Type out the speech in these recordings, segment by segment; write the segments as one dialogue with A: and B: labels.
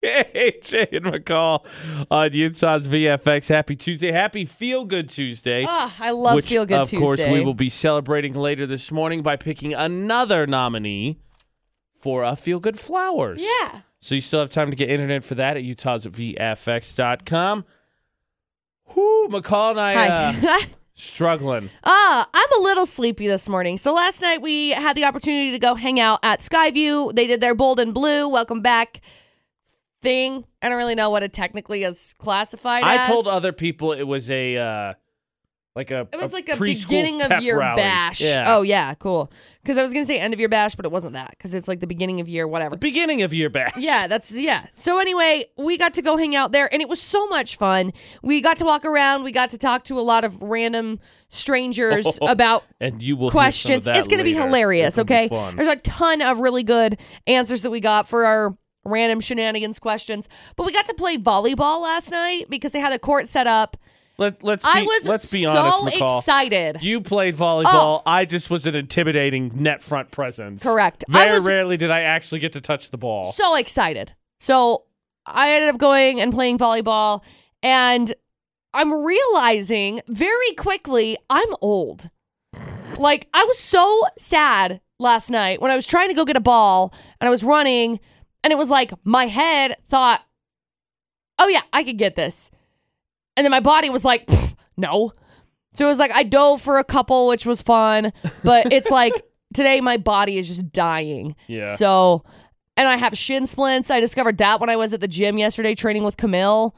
A: AJ and McCall on Utah's VFX. Happy Tuesday. Happy Feel Good Tuesday.
B: Ah, I love
A: which,
B: Feel Good
A: of
B: Tuesday.
A: course, we will be celebrating later this morning by picking another nominee for a Feel Good Flowers.
B: Yeah.
A: So you still have time to get internet for that at Utah's VFX.com. Whoo, McCall and I uh,
B: Hi.
A: struggling.
B: Ah, I'm a little sleepy this morning. So last night we had the opportunity to go hang out at Skyview. They did their bold and blue welcome back thing. I don't really know what it technically is classified
A: I
B: as.
A: told other people it was a uh, like a
B: it was like a
A: preschool
B: beginning
A: pep
B: of year
A: rally.
B: bash.
A: Yeah.
B: Oh yeah, cool. Because I was gonna say end of year bash, but it wasn't that because it's like the beginning of year whatever.
A: beginning of year bash.
B: Yeah, that's yeah. So anyway, we got to go hang out there and it was so much fun. We got to walk around, we got to talk to a lot of random strangers about
A: and you will
B: questions. It's going to be hilarious, okay? There's a ton of really good answers that we got for our random shenanigans questions. But we got to play volleyball last night because they had a court set up.
A: Let, let's be,
B: I was
A: let's be
B: so
A: honest, McCall.
B: excited.
A: You played volleyball. I just was an intimidating net front presence.
B: Correct. I
A: Very
B: was-
A: rarely did I actually get to touch the ball.
B: so excited. So I ended up going and playing volleyball, and I'm realizing very quickly I'm old. Like, I was so sad last night when I was trying to go get a ball and I was running, and it was like my head thought, oh, yeah, I could get this. And then my body was like, "Pff, no. So it was like I dove for a couple, which was fun, but it's like today my body is just dying.
A: Yeah.
B: So, and I have shin splints. I discovered that when I was at the gym yesterday training with Camille.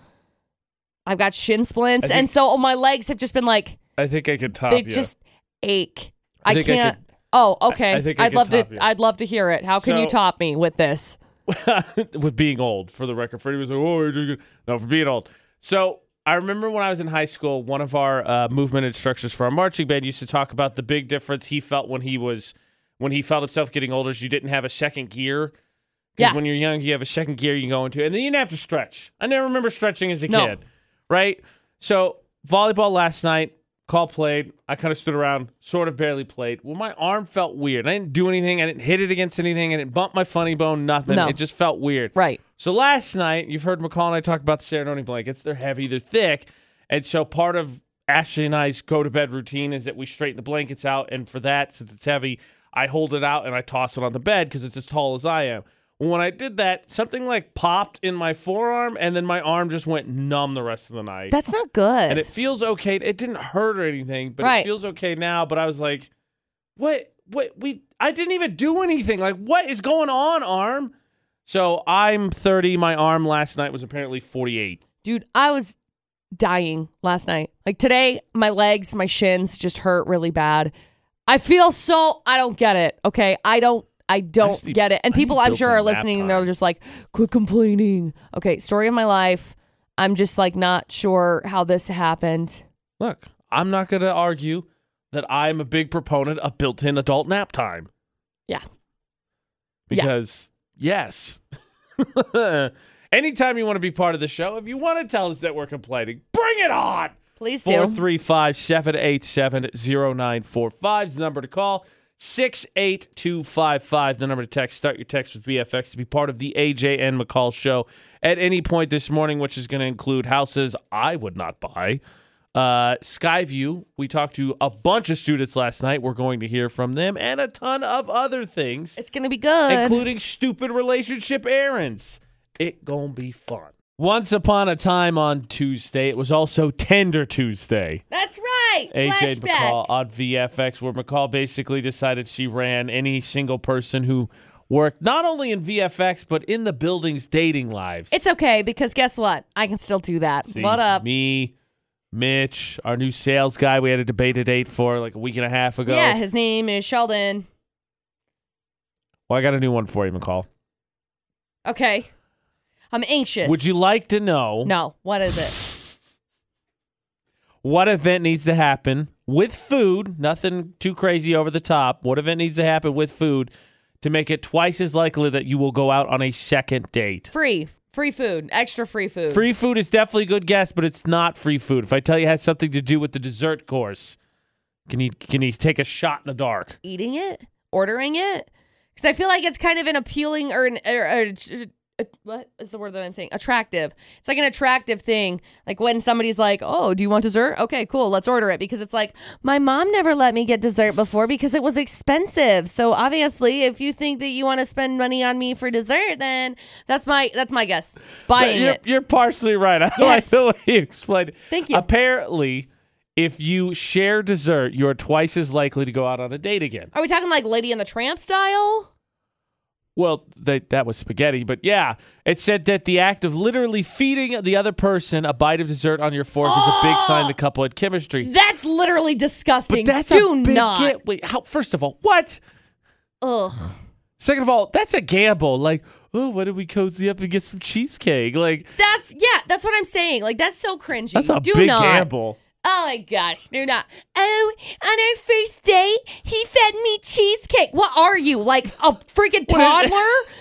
B: I've got shin splints,
A: I think-
B: and so all my legs have just been like
A: I think I could top
B: they
A: you.
B: just ache.
A: I
B: I,
A: think I
B: can't. oh, okay.
A: I-
B: I,
A: I think I
B: would
A: could
B: love to.
A: top you.
B: I'd love to hear it. How can you
A: So-
B: top me with this?
A: with being old, for the record, Freddie was like, "Oh, you're good." no, for being old." So I remember when I was in high school, one of our uh, movement instructors for our marching band used to talk about the big difference he felt when he was when he felt himself getting older. Is you didn't have a second gear. Because
B: Yeah.
A: when you're young, you have a second gear you can go into, and then you didn't have to stretch. I never remember stretching as a
B: No.
A: kid, right? So volleyball last night, call played. I kind of stood around, sort of barely played. Well, my arm felt weird. I didn't do anything. I didn't hit it against anything. I didn't bump my funny bone. Nothing.
B: No.
A: It just felt weird.
B: Right.
A: So last night, you've heard McCall and I talk about the Serenoni blankets. They're heavy, they're thick. And so part of Ashley and I's go to bed routine is that we straighten the blankets out. And for that, since it's heavy, I hold it out and I toss it on the bed because it's as tall as I am. When I did that, something like popped in my forearm, and then my arm just went numb the rest of the night.
B: That's not good.
A: and it feels okay. It didn't hurt or anything, but it
B: Right.
A: feels okay now. But I was like, what? What? We? I didn't even do anything. Like, what is going on, arm? So I'm 30. My arm last night was apparently 48.
B: Dude, I was dying last night. Like today, my legs, my shins just hurt really bad. I feel so I don't get it. Okay. I don't I don't
A: I sleep-
B: get it. And
A: I need
B: people I'm sure are
A: built-in nap
B: listening and they're
A: time.
B: just like, quit complaining. Okay, story of my life. I'm just like not sure how this happened.
A: Look, I'm not going to argue that I'm a big proponent of built-in adult nap time
B: Yeah. Yeah.
A: because yes. Anytime you want to be part of the show, if you want to tell us that we're complaining, bring it on.
B: Please do.
A: Four three five seven eight seven zero nine four five is the number to call. 68255, the number to text. Start your text with BFX to be part of the AJ and McCall show at any point this morning, which is going to include houses I would not buy. Uh, Skyview, we talked to a bunch of students last night. We're going to hear from them and a ton of other things
B: it's gonna be good.
A: including stupid relationship errands. It gonna be fun. Once upon a time on Tuesday, it was also Tender Tuesday.
B: That's right.
A: AJ McCall on VFX, where McCall basically decided she ran any single person who worked not only in VFX but in the building's dating lives.
B: It's okay because guess what? I can still do that.
A: See,
B: what up?
A: Me, Mitch, our new sales guy. We had a debate a date for like a week and a half ago.
B: Yeah, his name is Sheldon.
A: Well, I got a new one for you, McCall.
B: Okay. I'm anxious.
A: Would you like to know?
B: No. What is it?
A: what event needs to happen with food, nothing too crazy over the top. What event needs to happen with food to make it twice as likely that you will go out on a second date?
B: Free. Free food. Extra free food.
A: Free food is definitely a good guess, but it's not free food. If I tell you it has something to do with the dessert course, can you can you take a shot in the dark?
B: Eating it? Ordering it? Because I feel like it's kind of an appealing or an or, or a- a uh, what is the word that I'm saying? Attractive. It's like an attractive thing. Like when somebody's like, "Oh, do you want dessert? Okay, cool, let's order it." Because it's like my mom never let me get dessert before because it was expensive. So obviously, if you think that you want to spend money on me for dessert, then that's my that's my guess. Buying
A: you're,
B: it.
A: you're partially right. I
B: Yes.
A: like the way you explained. it.
B: Thank you.
A: Apparently, if you share dessert, you are twice as likely to go out on a date again.
B: Are we talking like Lady and the Tramp style?
A: Well, they, that was spaghetti, but yeah, it said that the act of literally feeding the other person a bite of dessert on your fork is a big sign the couple had chemistry.
B: That's literally disgusting.
A: But that's
B: Oh! do
A: a big
B: not.
A: ga- Wait, how, first of all, what?
B: Ugh.
A: Second of all, that's a gamble. Like, oh, why don't we cozy up and get some cheesecake? Like,
B: That's yeah. That's what I'm saying. Like that's so cringy.
A: that's a
B: do
A: big
B: not.
A: gamble.
B: Oh my gosh, do not. Oh, on our first date, he fed me cheesecake. What are you like a freaking
A: What is-
B: toddler?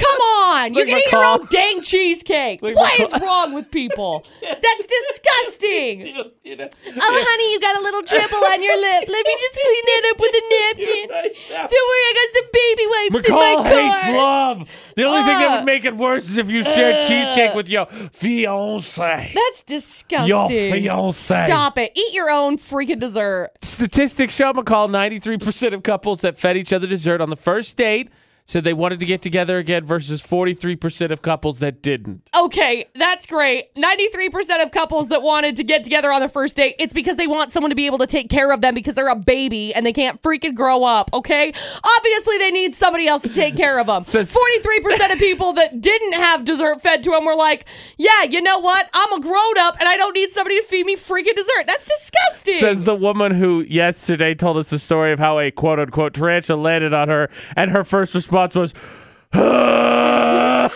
B: Come on, you're gonna eat your
A: Macaw.
B: own dang cheesecake.
A: Like
B: what is
A: Macaw.
B: wrong with people? That's disgusting.
A: You know,
B: Oh, honey, you got a little dribble on your lip. Let me just clean that up with a napkin. Don't worry, I got some baby wipes in
A: McCall
B: my car.
A: hates love. The only thing that
B: Ugh.
A: would make it worse is if you shared
B: Ugh.
A: cheesecake with your fiance.
B: That's disgusting.
A: fiancé.
B: Stop it. Eat your own freaking dessert.
A: Statistics show McCall 93% of couples that fed each other dessert on the first date said they wanted to get together again versus 43% of couples that didn't.
B: Okay, that's great. 93% of couples that wanted to get together on their first date, it's because they want someone to be able to take care of them because they're a baby and they can't freaking grow up, okay? Obviously, they need somebody else to take care of them.
A: Since-
B: 43% of people that didn't have dessert fed to them were like, yeah, you know what? I'm a grown up and I don't need somebody to feed me freaking dessert. That's disgusting.
A: Says the woman who yesterday told us the story of how a quote unquote tarantula landed on her, and her first response was, "Huh."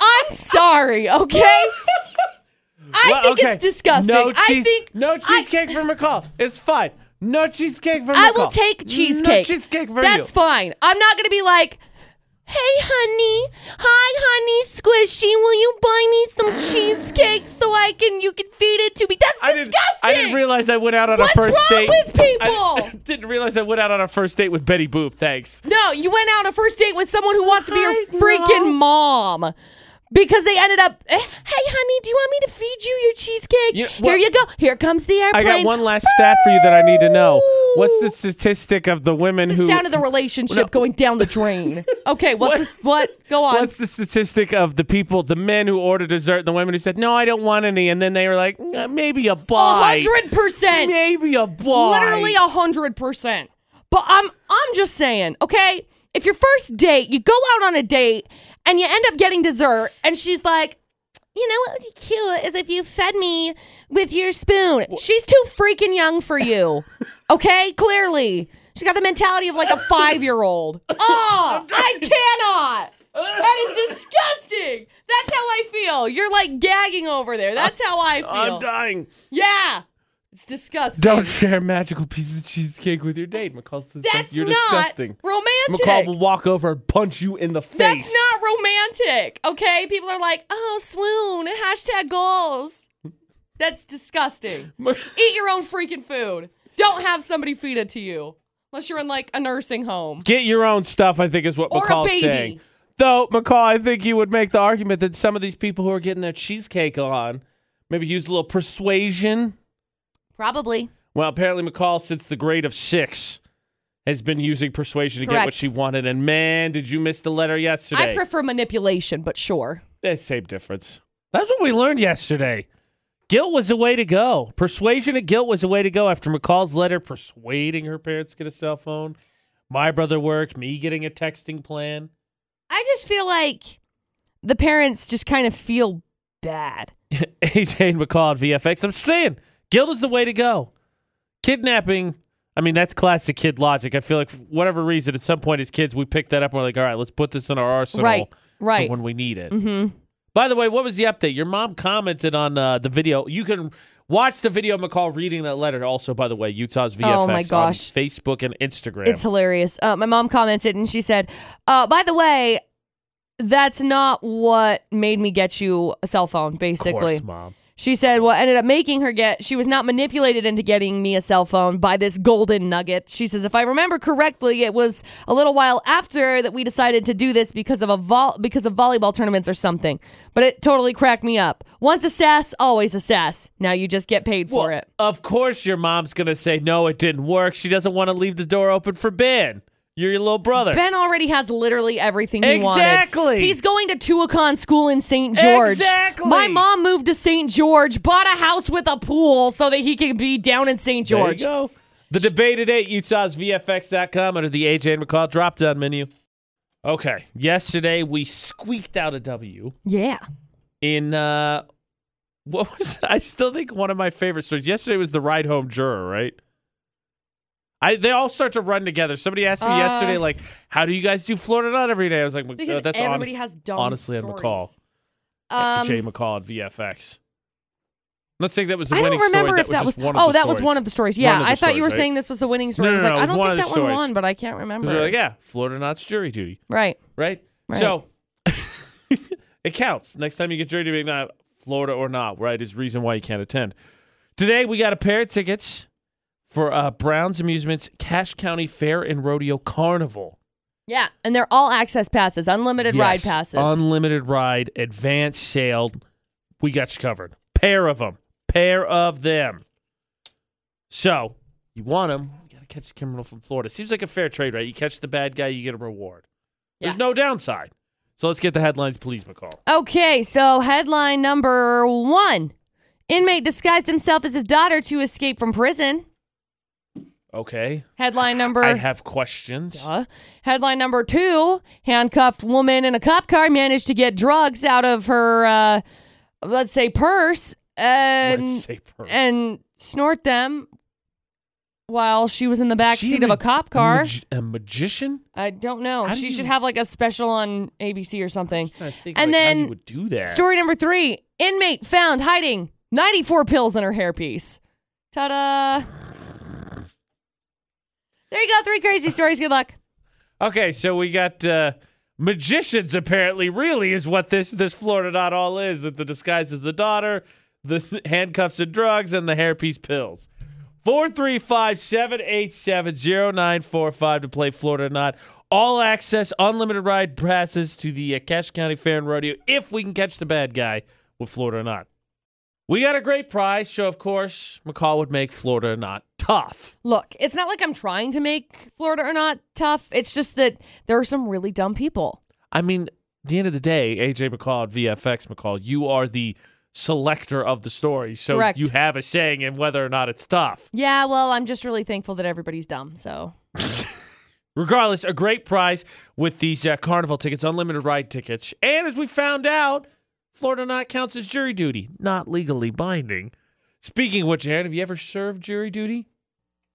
B: I'm sorry, okay? I
A: Well,
B: think
A: okay.
B: it's disgusting.
A: No
B: I
A: cheese-
B: think
A: no
B: I-
A: cheesecake for McCall. It's fine. No cheesecake for McCall.
B: I will take cheesecake.
A: No cheesecake for
B: That's
A: you.
B: fine. I'm not gonna be like, hey honey, hi honey squishy, will you buy me some cheesecake so I can you can feed it to me? That's
A: I didn't,
B: disgusting.
A: I didn't realize I went out on
B: What's
A: a first
B: wrong
A: date
B: with
A: I
B: people?
A: didn't realize I went out on a first date with Betty Boop. Thanks.
B: no, you went out on a first date with someone who wants to be your
A: Hi,
B: freaking mom. Because they ended up, eh, hey honey, do you want me to feed you your cheesecake?
A: You-
B: Here
A: what-
B: you go. Here comes the
A: I
B: airplane.
A: got one last stat for you that I need to know. What's the statistic of the women
B: It's the
A: who?
B: sound of the relationship going down the drain. Okay, what's
A: What?
B: this? What? Go on.
A: What's the statistic of the people, the men who ordered dessert, and the women who said, "No, I don't want any," and then they were like, "Mm, "Maybe a buy,
B: hundred percent.
A: maybe a buy."
B: Literally a hundred percent. But I'm I'm just saying, okay? If your first date, you go out on a date and you end up getting dessert, and she's like, you know what would be cute is if you fed me with your spoon. She's too freaking young for you. okay? Clearly. She's got the mentality of like a five year old. Oh, I cannot. That is disgusting. That's how I feel. You're like gagging over there. That's how I feel.
A: I'm dying.
B: Yeah. It's disgusting.
A: Don't share magical pieces of cheesecake with your date. McCall says like,
B: That's
A: you're
B: not
A: disgusting.
B: romantic.
A: McCall will walk over and punch you in the face.
B: That's not romantic. Okay? People are like, oh, swoon, hashtag goals. That's disgusting. Eat your own freaking food. Don't have somebody feed it to you. Unless you're in like a nursing home.
A: Get your own stuff, I think is what
B: Or a
A: McCall's
B: baby.
A: saying. Though, McCall, I think you would make the argument that some of these people who are getting their cheesecake on maybe use a little persuasion.
B: Probably.
A: Well, apparently, McCall, since the grade of six, has been using persuasion to get what
B: Correct.
A: she wanted. And man, did you miss the letter yesterday?
B: I prefer manipulation, but sure.
A: Eh, same difference. That's what we learned yesterday. Guilt was the way to go. Persuasion and guilt was the way to go after McCall's letter persuading her parents to get a cell phone. My brother worked, me getting a texting plan.
B: I just feel like the parents just kind of feel bad.
A: AJ and McCall at VFX. I'm saying guilt is the way to go. Kidnapping, I mean, that's classic kid logic. I feel like for whatever reason, at some point as kids, we pick that up and we're like, all right, let's put this in our arsenal
B: Right.
A: for
B: Right.
A: when we need it.
B: hmm
A: By the way, what was the update? Your mom commented on uh, the video. You can watch the video of McCall reading that letter. Also, by the way, Utah's VFX
B: Oh my gosh.
A: on Facebook and Instagram.
B: It's hilarious. Uh, my mom commented and she said, uh, by the way, that's not what made me get you a cell phone,
A: of
B: basically.
A: course, mom.
B: She said what ended up making her get, she was not manipulated into getting me a cell phone by this golden nugget. She says, if I remember correctly, it was a little while after that we decided to do this because of a vol- because of volleyball tournaments or something. But it totally cracked me up. Once a sass, always a sass. Now you just get paid for
A: Well,
B: it.
A: Of course, your mom's gonna say no. It didn't work. She doesn't want to leave the door open for Ben. You're your little brother.
B: Ben already has literally everything he wanted.
A: Exactly.
B: He's going to Tuacon School in St. George.
A: Exactly.
B: My mom moved to St. George, bought a house with a pool so that he could be down in St.
A: There you
B: George.
A: go. The debate at eight, Utah's VFX.com under the AJ and McCall drop down menu. Okay. Yesterday we squeaked out a W
B: Yeah.
A: in uh what was I still think one of my favorite stories. Yesterday was the ride home juror, right? I they all start to run together. Somebody asked me
B: Uh,
A: yesterday, like, how do you guys do Florida Not every day? I was like, "Mc-
B: Because
A: uh, that's
B: everybody
A: honest-
B: has dumb
A: honestly on
B: stories.
A: McCall.
B: Um,
A: Jay McCall at VFX. Let's think that was the
B: I don't
A: winning story.
B: remember if that was.
A: just one of
B: oh,
A: the
B: that was one
A: stories.
B: of the stories.
A: One
B: Yeah,
A: of the
B: I thought you were
A: stories, right?
B: saying this was the winning story.
A: No,
B: I was
A: no, no,
B: like,
A: it
B: I
A: was
B: don't
A: one
B: think
A: of
B: that
A: the
B: one
A: stories.
B: won, but I can't remember.
A: Because they're like, yeah, Florida Knots jury duty,
B: Right.
A: right?
B: Right.
A: So it counts. Next time you get jury duty, not Florida or not, right, is reason why you can't attend. Today we got a pair of tickets for uh, Brown's Amusements Cash County Fair and Rodeo Carnival.
B: Yeah, and they're all access passes, unlimited
A: Yes,
B: ride passes.
A: Unlimited ride, advanced sale. We got you covered. Pair of them. Pair of them. So you want them. You got to catch the criminal from Florida. Seems like a fair trade, right? You catch the bad guy, you get a reward. There's
B: Yeah.
A: no downside. So let's get the headlines, please, McCall.
B: Okay, so headline number one Inmate disguised himself as his daughter to escape from prison.
A: Okay.
B: Headline number.
A: I have questions.
B: Duh. Headline number two handcuffed woman in a cop car managed to get drugs out of her, uh, let's say, purse
A: let's
B: and,
A: say purse.
B: and snort them while she was in the back
A: She
B: seat of
A: ma-
B: a cop car.
A: Mag- a magician?
B: I don't know.
A: How do
B: She
A: you-
B: should have like a special on ABC or something.
A: I think
B: And
A: like, how
B: then
A: you would do that.
B: Story number three inmate found hiding 94 pills in her hairpiece. Ta da! There you go. Three crazy stories. Good luck.
A: Okay, so we got uh, magicians. Apparently, really is what this this Florida dot all is. That the disguise is the daughter, the handcuffs and drugs, and the hairpiece pills. Four three five seven eight seven zero nine four five to play Florida Not. All access, unlimited ride passes to the uh, Cache County Fair and Rodeo if we can catch the bad guy with Florida Not. We got a great prize, so of course McCall would make Florida Not tough.
B: Look, it's not like I'm trying to make Florida or not tough. It's just that there are some really dumb people.
A: I mean, at the end of the day, AJ McCall at VFX McCall, you are the selector of the story, so
B: Correct.
A: you have a saying in whether or not it's tough.
B: Yeah, well, I'm just really thankful that everybody's dumb. So,
A: Regardless, a great prize with these uh, carnival tickets, unlimited ride tickets, and as we found out, Florida not counts as jury duty, not legally binding. Speaking of which, Aaron, have you ever served jury duty?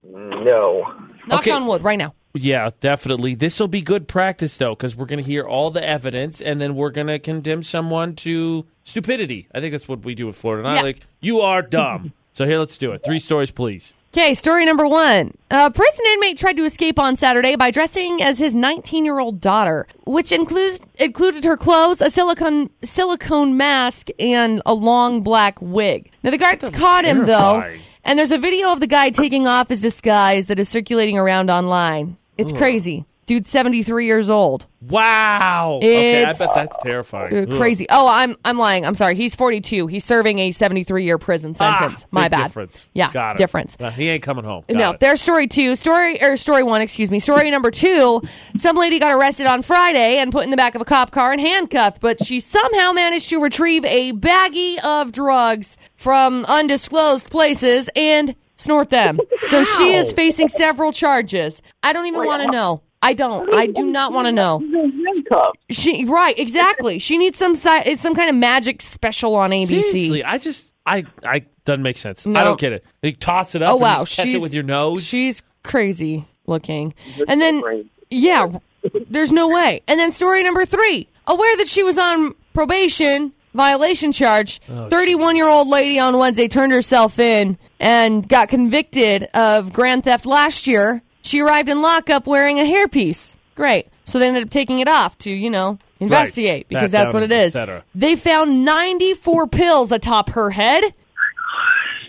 C: No.
B: knock
A: Okay.
B: on wood right now.
A: Yeah, definitely. This will be good practice though, because we're going to hear all the evidence, and then we're going to condemn someone to stupidity. I think that's what we do with Florida. Not
B: Yeah.
A: like you are dumb. so here, let's do it. Three stories, please.
B: Okay, story number one. A prison inmate tried to escape on Saturday by dressing as his 19 year old daughter, which includes included her clothes, a silicone silicone mask, and a long black wig. Now the guards caught him
A: terrifying.
B: though, and there's a video of the guy taking off his disguise that is circulating around online. It's crazy. Dude's 73 years old.
A: Wow. okay, I
B: It's-
A: bet that's terrifying.
B: Uh,
A: Ugh.
B: Crazy. Oh, I'm I'm lying. I'm sorry. He's 42. He's serving a 73 year prison
A: Ah,
B: sentence. My
A: big
B: bad.
A: Difference.
B: Yeah.
A: Got it.
B: Difference.
A: Uh, he ain't coming home. Got
B: no,
A: it.
B: there's story two, story or story one, excuse me. Story number two: Some lady got arrested on Friday and put in the back of a cop car and handcuffed, but she somehow managed to retrieve a baggie of drugs from undisclosed places and snort them. So she is facing several charges. I don't even want to know. I don't. I do not want to know.
C: Handcuffed.
B: She right, exactly. She needs some si- some kind of magic special on ABC.
A: Seriously, I just I I doesn't make sense. I
B: No.
A: don't get it. You toss it up.
B: Oh
A: and
B: wow,
A: just catch it
B: she's-
A: with your nose.
B: She's crazy looking. And then
C: crazy.
B: yeah, there's no way. And then story number 3. Aware that she was on probation violation charge,
A: Oh,
B: 31-year-old lady on Wednesday turned herself in and got convicted of grand theft last year. She arrived in lockup wearing a hairpiece. Great. So they ended up taking it off to, you know, investigate because
A: Pat
B: that's what
A: down,
B: it is.
A: et cetera.
B: They found 94 pills atop her head.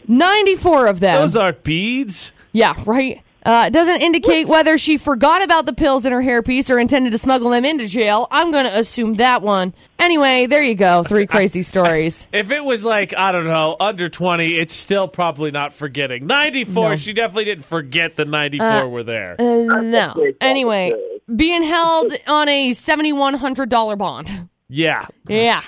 B: 94 of them.
A: Those are beads.
B: yeah, right. Uh, it doesn't indicate whether she forgot about the pills in her hairpiece or intended to smuggle them into jail. I'm going to assume that one. Anyway, there you go. Three crazy stories.
A: If it was like, I don't know, under 20, it's still probably not forgetting. 94,
B: No.
A: she definitely didn't forget the 94 were there.
B: Uh, no. Anyway, being held on a $7,100 bond.
A: yeah.
B: Yeah.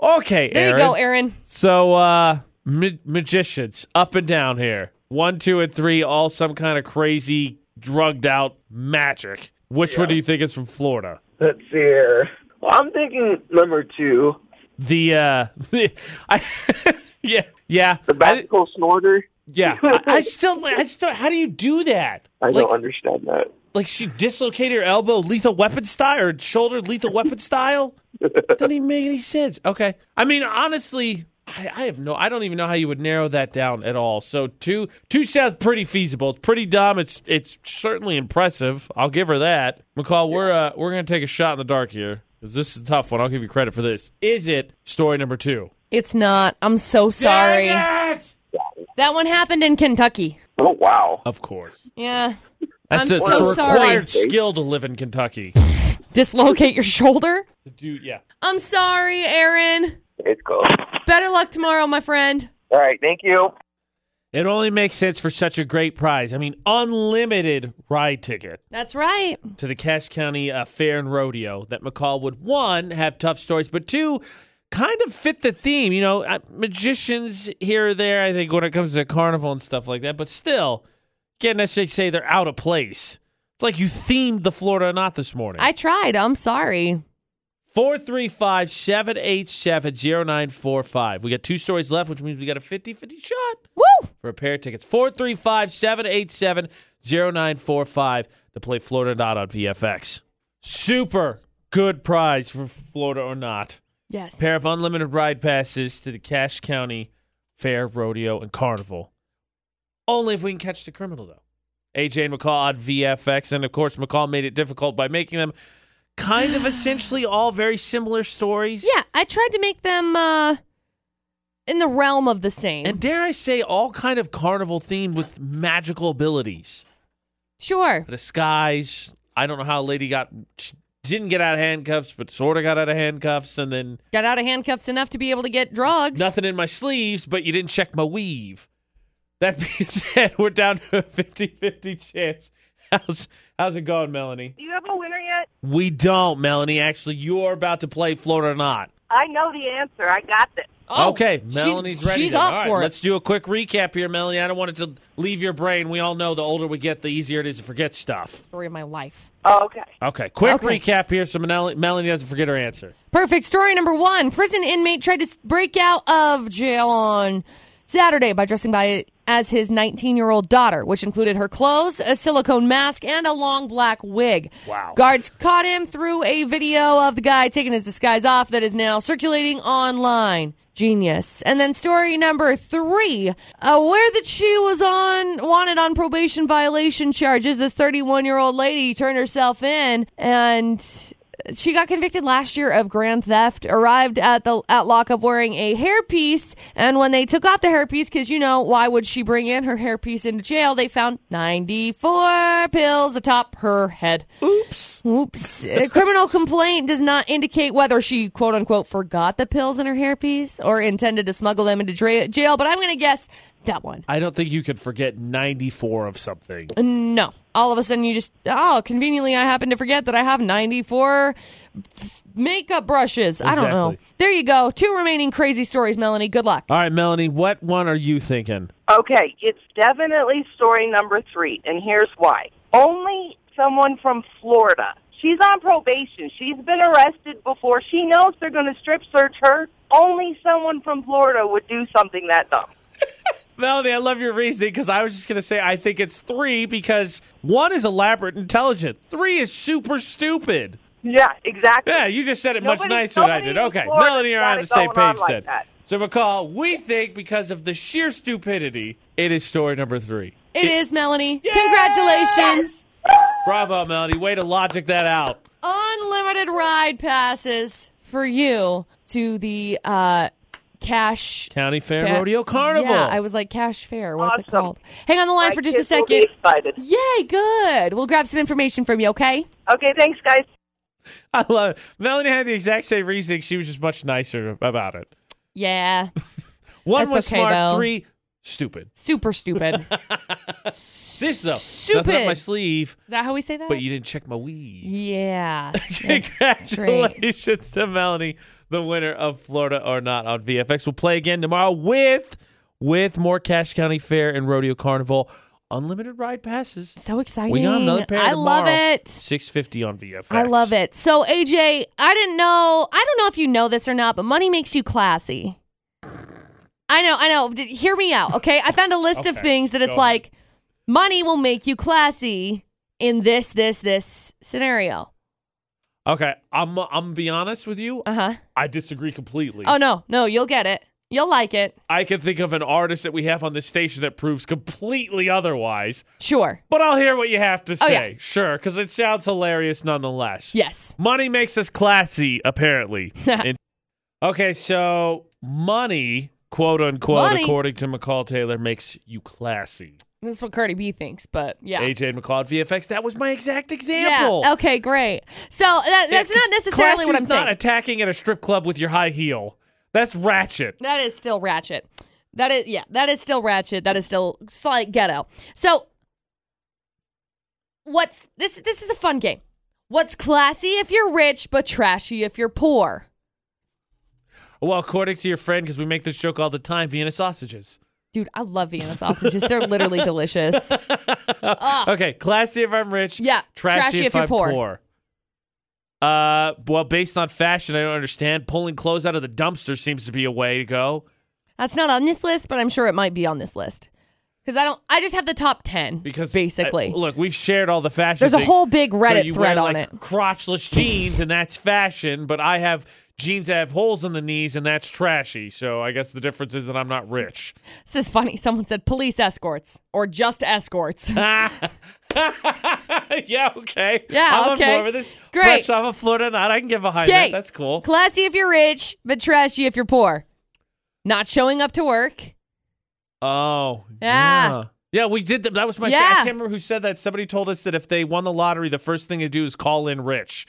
A: Okay,
B: There
A: Aaron.
B: you go, Aaron.
A: So, uh, ma- magicians up and down here. One, two, and three, all some kind of crazy, drugged out magic. Which one do you think is from Florida?
C: Let's see here. Well, I'm thinking number two,
A: The, uh, I, yeah, yeah. I
C: the
A: di-
C: bicycle snorter.
A: yeah. I, I still, I still, how do you do that?
C: I
A: Like-
C: don't understand that.
A: like she dislocated her elbow lethal weapon style or shoulder lethal weapon style doesn't even make any sense okay i mean honestly I, I have no i don't even know how you would narrow that down at all so two two sounds pretty feasible it's pretty dumb it's it's certainly impressive i'll give her that mccall we're uh, we're gonna take a shot in the dark here because this is a tough one i'll give you credit for this is it story number two
B: It's not. I'm so sorry.
A: Dang it!
B: That one happened in Kentucky.
C: Oh wow.
A: of course
B: Yeah.
A: that's
B: I'm
A: it that's a
B: so sorry.
A: required skill to live in kentucky
B: Dislocate your shoulder.
A: dude yeah
B: I'm sorry, Aaron.
C: It's cool.
B: Better luck tomorrow, my friend.
C: All right. Thank you.
A: It only makes sense for such a great prize. I mean, unlimited ride ticket
B: That's right.
A: to the Cash County uh, Fair and Rodeo that McCall would one have tough stories, but two kind of fit the theme. You know, uh, magicians here or there. I think when it comes to carnival and stuff like that, but still can't necessarily say they're out of place. It's like you themed the Florida or not this morning.
B: I tried. I'm sorry.
A: 435 787 0945. We got two stories left, which means we got a 50 50 shot
B: Woo!
A: for a pair of tickets. 435 787 0945 to play Florida or Not on VFX. Super good prize for Florida or Not.
B: Yes.
A: Pair of unlimited ride passes to the Cache County Fair, Rodeo, and Carnival. Only if we can catch the criminal, though. AJ and McCall on VFX. And of course, McCall made it difficult by making them kind of essentially all very similar stories.
B: yeah, I tried to make them uh in the realm of the same.
A: And dare I say, all kind of carnival themed with magical abilities.
B: sure.
A: the skies. I don't know how Lady got she didn't get out of handcuffs, but sort of got out of handcuffs, and then
B: Got out of handcuffs enough to be able to get drugs.
A: nothing in my sleeves, but you didn't check my weave. That being said, we're down to a 50-50 chance. How's how's it going, Melanie?
D: Do you have a winner yet?
A: We don't, Melanie. Actually, you're about to play Florida or not.
D: I know the answer. I got this.
B: Oh,
A: okay,
B: she's-
A: Melanie's ready.
B: She's
A: then.
B: up
A: All right,
B: for
A: Let's
B: it.
A: do a quick recap here, Melanie. I don't want it to leave your brain. We all know the older we get, the easier it is to forget stuff.
B: Story of my life.
D: Oh, okay.
A: Okay, quick
B: Okay.
A: recap here so Melanie Melanie doesn't forget her answer.
B: Perfect story number one. Prison inmate tried to s- break out of jail on Saturday by dressing by as his 19 year old daughter, which included her clothes, a silicone mask, and a long black wig.
A: Wow.
B: Guards caught him through a video of the guy taking his disguise off that is now circulating online. Genius. And then story number three, Uh, aware that she was on wanted on probation violation charges, this 31 year old lady turned herself in and she got convicted last year of grand theft. Arrived at the at lockup wearing a hairpiece, and when they took off the hairpiece, because you know why would she bring in her hairpiece into jail? They found ninety four pills atop her head. Oops. Oops. a criminal complaint does not indicate whether she quote unquote forgot the pills in her hairpiece or intended to smuggle them into dra- jail. But I'm going to guess that one.
A: I don't think you could forget 94 of something.
B: No. All of a sudden, you just, oh, conveniently, I happen to forget that I have 94 f- makeup brushes. I don't know.
A: Exactly.
B: There you go. Two remaining crazy stories, Melanie. Good luck.
A: All right, Melanie, what one are you thinking?
D: Okay, it's definitely story number three, and here's why. Only someone from Florida. She's on probation. She's been arrested before. She knows they're going to strip search her. Only someone from Florida would do something that dumb.
A: Melanie, I love your reasoning because I was just going to say I think it's three because one is elaborate and intelligent, three is super stupid.
D: Yeah, exactly.
A: Yeah, you just said it much
D: Nobody-
A: nicer than I
D: nobody
A: did.
D: in
A: Okay,
D: Florida's
A: Melanie, you're
D: got
A: on
D: it
A: the same
D: going on
A: page
D: like
A: then.
D: that.
A: So, McCall, we think because of the sheer stupidity, it is story number three.
B: it is, Melanie. Congratulations.
A: Bravo, Melanie. Way to logic that out.
B: unlimited ride passes for you to the uh, cash
A: County Fair
B: Ca-
A: Rodeo Carnival.
B: Yeah, I was like cash fair. What's it
D: Awesome.
B: called? Hang on the line
D: My
B: for just a
D: kids will
B: second.
D: Be excited.
B: Yay, good. We'll grab some information from you, okay?
D: Okay, thanks, guys.
A: I love it. Melanie had the exact same reasoning. She was just much nicer about it.
B: Yeah.
A: One
B: That's
A: was
B: okay,
A: smart,
B: though.
A: three, stupid.
B: Super stupid. Is
A: This, though, nothing
B: Stupid.
A: up my sleeve,
B: that how we say that?
A: but you didn't check my weave.
B: yeah. That's great.
A: Congratulations to Melanie, the winner of Florida or Not on VFX. We'll play again tomorrow with with more Cash County Fair and Rodeo Carnival. Unlimited ride passes.
B: So exciting.
A: We got another pair
B: I
A: tomorrow.
B: love it.
A: Six fifty on VFX.
B: I love it. So AJ, I didn't know. I don't know if you know this or not, but money makes you classy. I know. I know. D- Hear me out, okay? I found a list of
A: Okay,
B: things that
A: go
B: it's
A: ahead.
B: like money will make you classy in this, this, this scenario.
A: Okay, I'm I'm gonna be honest with you.
B: Uh huh.
A: I disagree completely.
B: Oh no, no, you'll get it. You'll like it.
A: I can think of an artist that we have on this station that proves completely otherwise.
B: Sure.
A: But I'll hear what you have to say.
B: Oh, yeah.
A: Sure, because it sounds hilarious nonetheless.
B: Yes.
A: Money makes us classy, apparently. And- okay, so money, quote unquote,
B: Money.
A: according to McCall Taylor, makes you classy.
B: This is what Cardi B thinks, but yeah.
A: AJ and McCall at VFX, that was my exact example.
B: Yeah. Okay. Great. So that, that's not necessarily what I'm
A: Classy's not
B: saying.
A: attacking at a strip club with your high heel. That's ratchet.
B: That is still ratchet. That is yeah, that is still ratchet. That is still slight ghetto. So what's this this is the fun game. What's classy if you're rich but trashy if you're poor?
A: Well, according to your friend, because we make this joke all the time, Vienna sausages.
B: Dude, I love Vienna sausages. They're literally delicious.
A: Okay, classy if I'm rich.
B: Yeah,
A: Trashy,
B: trashy
A: if,
B: if you're
A: I'm poor.
B: poor.
A: Uh, well, based on fashion, I don't understand. Pulling clothes out of the dumpster seems to be a way to go.
B: That's not on this list, but I'm sure it might be on this list. Cuz I don't I just have the top 10
A: Because
B: basically.
A: uh, look, we've shared all the fashion.
B: There's a
A: things.
B: whole big Reddit
A: so you
B: thread
A: wear,
B: on
A: like,
B: it.
A: Crotchless jeans, and that's fashion. But I have jeans that have holes in the knees, and that's trashy. So I guess the difference is that I'm not rich.
B: this is funny. Someone said police escorts or just escorts.
A: yeah, okay.
B: Yeah,
A: I'm
B: okay.
A: on board with this.
B: Great.
A: Fresh off of Florida night, I can give a high that.
B: Okay.
A: That's cool.
B: Classy if you're rich, but trashy if you're poor. Not showing up to work.
A: Oh,
B: Yeah.
A: yeah. Yeah, we did. That, that was my. fa- I
B: Yeah.
A: can't remember who said that. Somebody told us that if they won the lottery, the first thing they do is call in rich.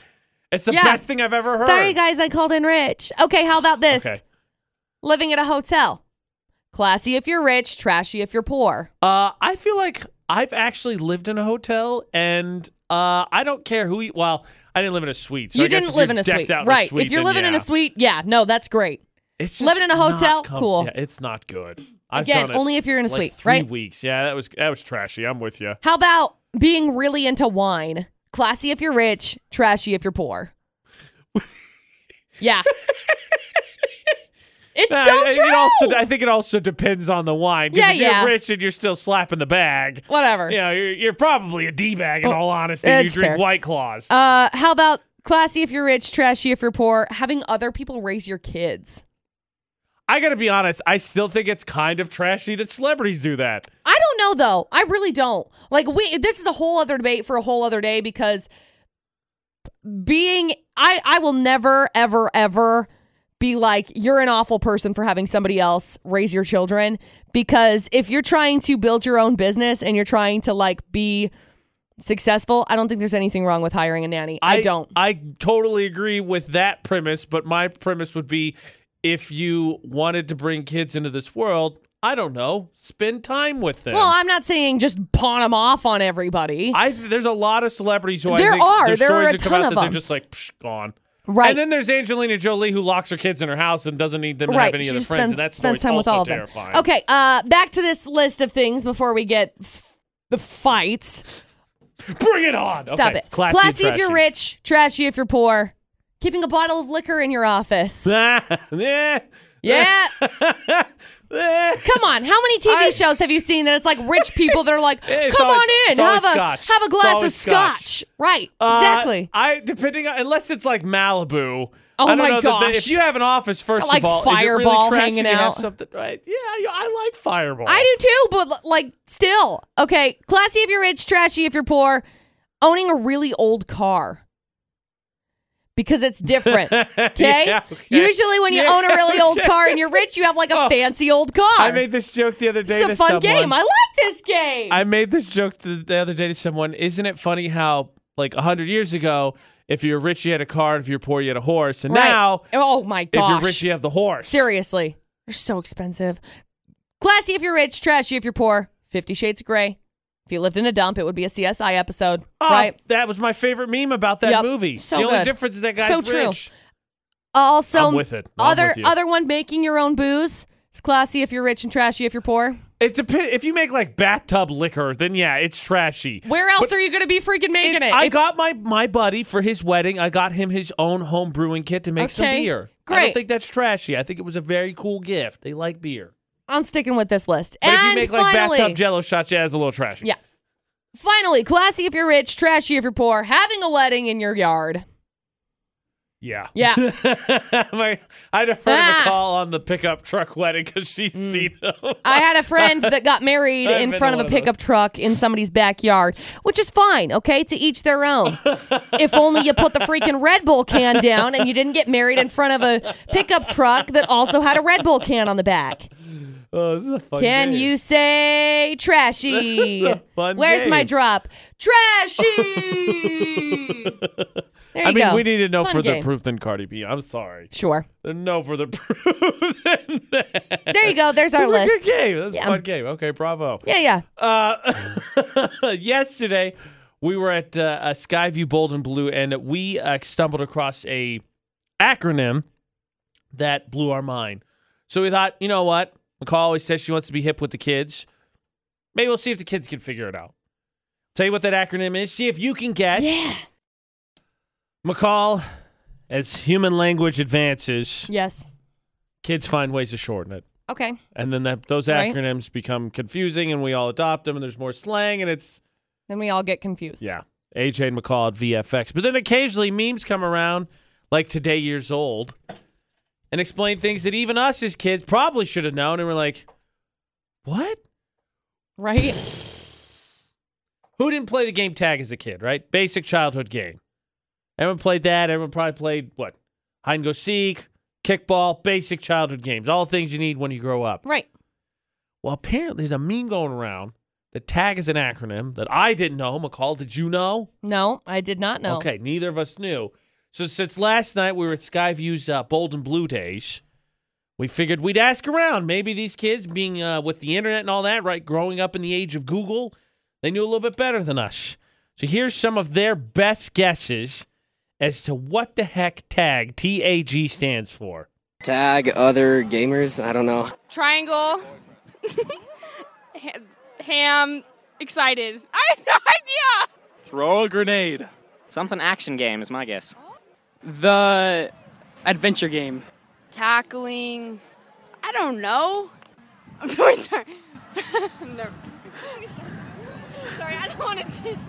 A: It's the
B: Yeah.
A: best thing I've ever heard.
B: Sorry, guys, I called in rich. Okay, how about this?
A: Okay.
B: Living at a hotel. Classy if you're rich, trashy if you're poor.
A: Uh, I feel like I've actually lived in a hotel, and uh, I don't care who. You, well, I didn't live in a suite. So
B: you
A: I guess
B: didn't
A: if
B: live
A: you're
B: in a
A: decked
B: suite.
A: out in a
B: Right.
A: suite,
B: if you're
A: then
B: living in
A: yeah.
B: a suite, yeah, no, that's great.
A: It's just
B: Living in a
A: not
B: hotel?
A: com-
B: Cool.
A: Yeah, it's not good. I've
B: Again,
A: done it
B: only if you're in a
A: like
B: suite,
A: three
B: right?
A: weeks. Yeah, that was that was trashy. I'm with you.
B: How about being really into wine? Classy if you're rich, trashy if you're poor. yeah. It's
A: Nah,
B: so
A: I- I-
B: true.
A: It also, I think it also depends on the wine. 'cause
B: Yeah,
A: if you're
B: yeah.
A: rich and you're still slapping the bag,
B: Whatever.
A: you know, you're, you're probably a d bag in
B: Well,
A: all honesty. You
B: that's
A: drink
B: fair.
A: White Claws.
B: Uh, how about classy if you're rich, trashy if you're poor? Having other people raise your kids.
A: I gotta be honest. I still think it's kind of trashy that celebrities do that.
B: I don't know though. I really don't. Like we this is a whole other debate for a whole other day because being I I will never ever ever be like you're an awful person for having somebody else raise your children because if you're trying to build your own business and you're trying to like be successful, I don't think there's anything wrong with hiring a nanny. I, don't.
A: I totally agree with that premise, but my premise would be if you wanted to bring kids into this world, I don't know, spend time with them.
B: well, I'm not saying just pawn them off on everybody.
A: I there's a lot of celebrities who I
B: There
A: think
B: are.
A: their
B: There
A: stories
B: are a
A: that come
B: ton
A: out
B: of
A: that they're
B: them.
A: just like Psh, gone.
B: Right.
A: And then there's Angelina Jolie who locks her kids in her house and doesn't need them to have any
B: she
A: of their
B: just
A: friends,
B: spends,
A: and that's
B: spends time with
A: also
B: all of them.
A: terrifying.
B: Okay, uh, back to this list of things before we get f- the fights.
A: Bring it on.
B: Stop
A: Okay,
B: it.
A: Classy,
B: if you're rich, trashy if you're poor. Keeping a bottle of liquor in your office.
A: rich.
B: Yeah. Come on, how many TV
A: I-
B: shows have you seen that it's like rich people that are like,
A: It's
B: come
A: always-
B: on in,
A: it's always
B: have a
A: scotch.
B: have a
A: It's
B: glass
A: always
B: of
A: scotch."
B: scotch. Right,
A: Uh,
B: exactly.
A: I depending on unless it's like Malibu.
B: Oh
A: I don't
B: my
A: know that the-
B: gosh.
A: if you have an office, first
B: like
A: of all, is it really
B: Fireball
A: trashy
B: hanging
A: to Have
B: out.
A: something, right? Yeah, I- I like Fireball.
B: I do too, but l- like still. Okay, classy if you're rich, trashy if you're poor. Owning a really old car. because it's different. Okay?
A: Yeah, okay.
B: Usually, when you
A: Yeah, Oh,
B: own a really old car and you're rich, you have like a fancy old car.
A: I made this joke the other day
B: it's
A: to
B: a fun
A: someone.
B: game. I like this game.
A: I made this joke the, the other day to someone. Isn't it funny how, like, 100 years ago, if you're rich, you had a car, and if you're poor, you had a horse. And
B: Right.
A: now,
B: oh my
A: if
B: gosh!
A: you're rich, you have the horse.
B: Seriously, they're so expensive. Classy if you're rich, trashy if you're poor. Fifty Shades of Grey. If you lived in a dump, it would be a CSI episode,
A: Oh,
B: right?
A: That was my favorite meme about that
B: Yep.
A: movie.
B: So
A: the only
B: good.
A: difference is that guy's
B: So true.
A: rich.
B: Also,
A: I'm with it. I'm
B: other
A: with you.
B: other one making your own booze. It's classy if you're rich and trashy if you're poor.
A: It depends. If you make like bathtub liquor, then yeah, it's trashy.
B: Where else are you going to be freaking making
A: It-
B: it?
A: I
B: If-
A: got my my buddy for his wedding. I got him his own home brewing kit to make some
B: Okay,
A: beer. I don't
B: great.
A: think that's trashy. I think it was a very cool gift. They like beer.
B: I'm sticking with this list.
A: But
B: and
A: if you make like
B: finally,
A: bathtub jello shots, yeah, it's a little trashy.
B: Yeah. finally, classy if you're rich, trashy if you're poor. Having a wedding in your yard.
A: Yeah.
B: Yeah.
A: My- I deferred
B: Ah. Mm.
A: a call on the pickup truck wedding because she's seen them.
B: I had a friend that got married
A: I've
B: in
A: been
B: front
A: to
B: of
A: one
B: a
A: of those.
B: pickup truck in somebody's backyard, which is fine, okay? To each their own. if only you put the freaking Red Bull can down and you didn't get married in front of a pickup truck that also had a Red Bull can on the back.
A: oh, this is a fun
B: Can
A: game.
B: you say trashy?
A: This is a fun
B: Where's my
A: game.
B: drop? Trashy. there you
A: I mean,
B: go.
A: we need to know
B: Fun
A: further
B: game.
A: proof than Cardi B. I'm sorry.
B: sure.
A: No further proof than that.
B: There you go. There's our
A: That's a good
B: list.
A: game. That's
B: Yeah.
A: a fun game. Okay, bravo.
B: Yeah, yeah.
A: Uh, yesterday, we were at uh, uh, Skyview Bold and Blue, and we uh, stumbled across a acronym that blew our mind. So we thought, you know what? McCall always says she wants to be hip with the kids. Maybe we'll see if the kids can figure it out. Tell you what that acronym is. See if you can get
B: Yeah.
A: McCall. As human language advances,
B: Yes.
A: kids find ways to shorten it.
B: Okay.
A: and then that those
B: Right.
A: acronyms become confusing and we all adopt them and there's more slang and it's
B: Then we all get confused.
A: yeah aj and mccall at vfx but then occasionally memes come around like today years old and explain things that even us as kids probably should have known and we're like what
B: Right?
A: who didn't play the game tag as a kid right basic childhood game everyone played that everyone probably played what hide and go seek kickball basic childhood games all things you need when you grow up
B: Right.
A: Well, apparently there's a meme going around. The tag is an acronym that I didn't know. McCall, did you know?
B: No, I did not know.
A: Okay, neither of us knew. So since last night we were at Skyview's uh, Bold and Blue Days, we figured we'd ask around. Maybe these kids, being uh, with the internet and all that, right, growing up in the age of Google, they knew a little bit better than us. So here's some of their best guesses as to what the heck tag T A G stands for.
E: tag other gamers. I don't know.
F: triangle, ham, excited. I have no idea.
G: Throw a grenade.
E: Something action game is my guess.
H: The adventure game.
F: Tackling. I don't know. I'm so retarded. I'm nervous. Sorry, I don't want to.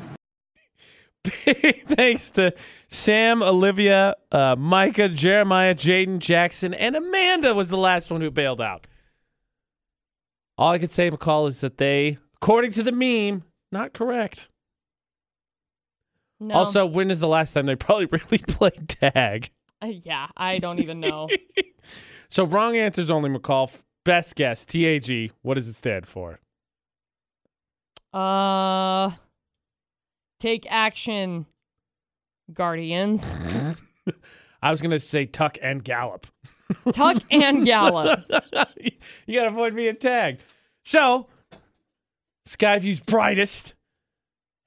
A: Big thanks to Sam, Olivia, uh, Micah, Jeremiah, Jaden, Jackson, and Amanda was the last one who bailed out. All I could say, McCall, is that they, according to the meme, not correct.
B: No.
A: Also, when is the last time they probably really played tag?
B: Uh, yeah, I don't even know.
A: So wrong answers only, McCall. F- Best guess, TAG. What does it stand for?
B: uh, take action, Guardians.
A: I was gonna say tuck and gallop.
B: Tuck and gallop.
A: you gotta avoid being tagged. So, Skyview's brightest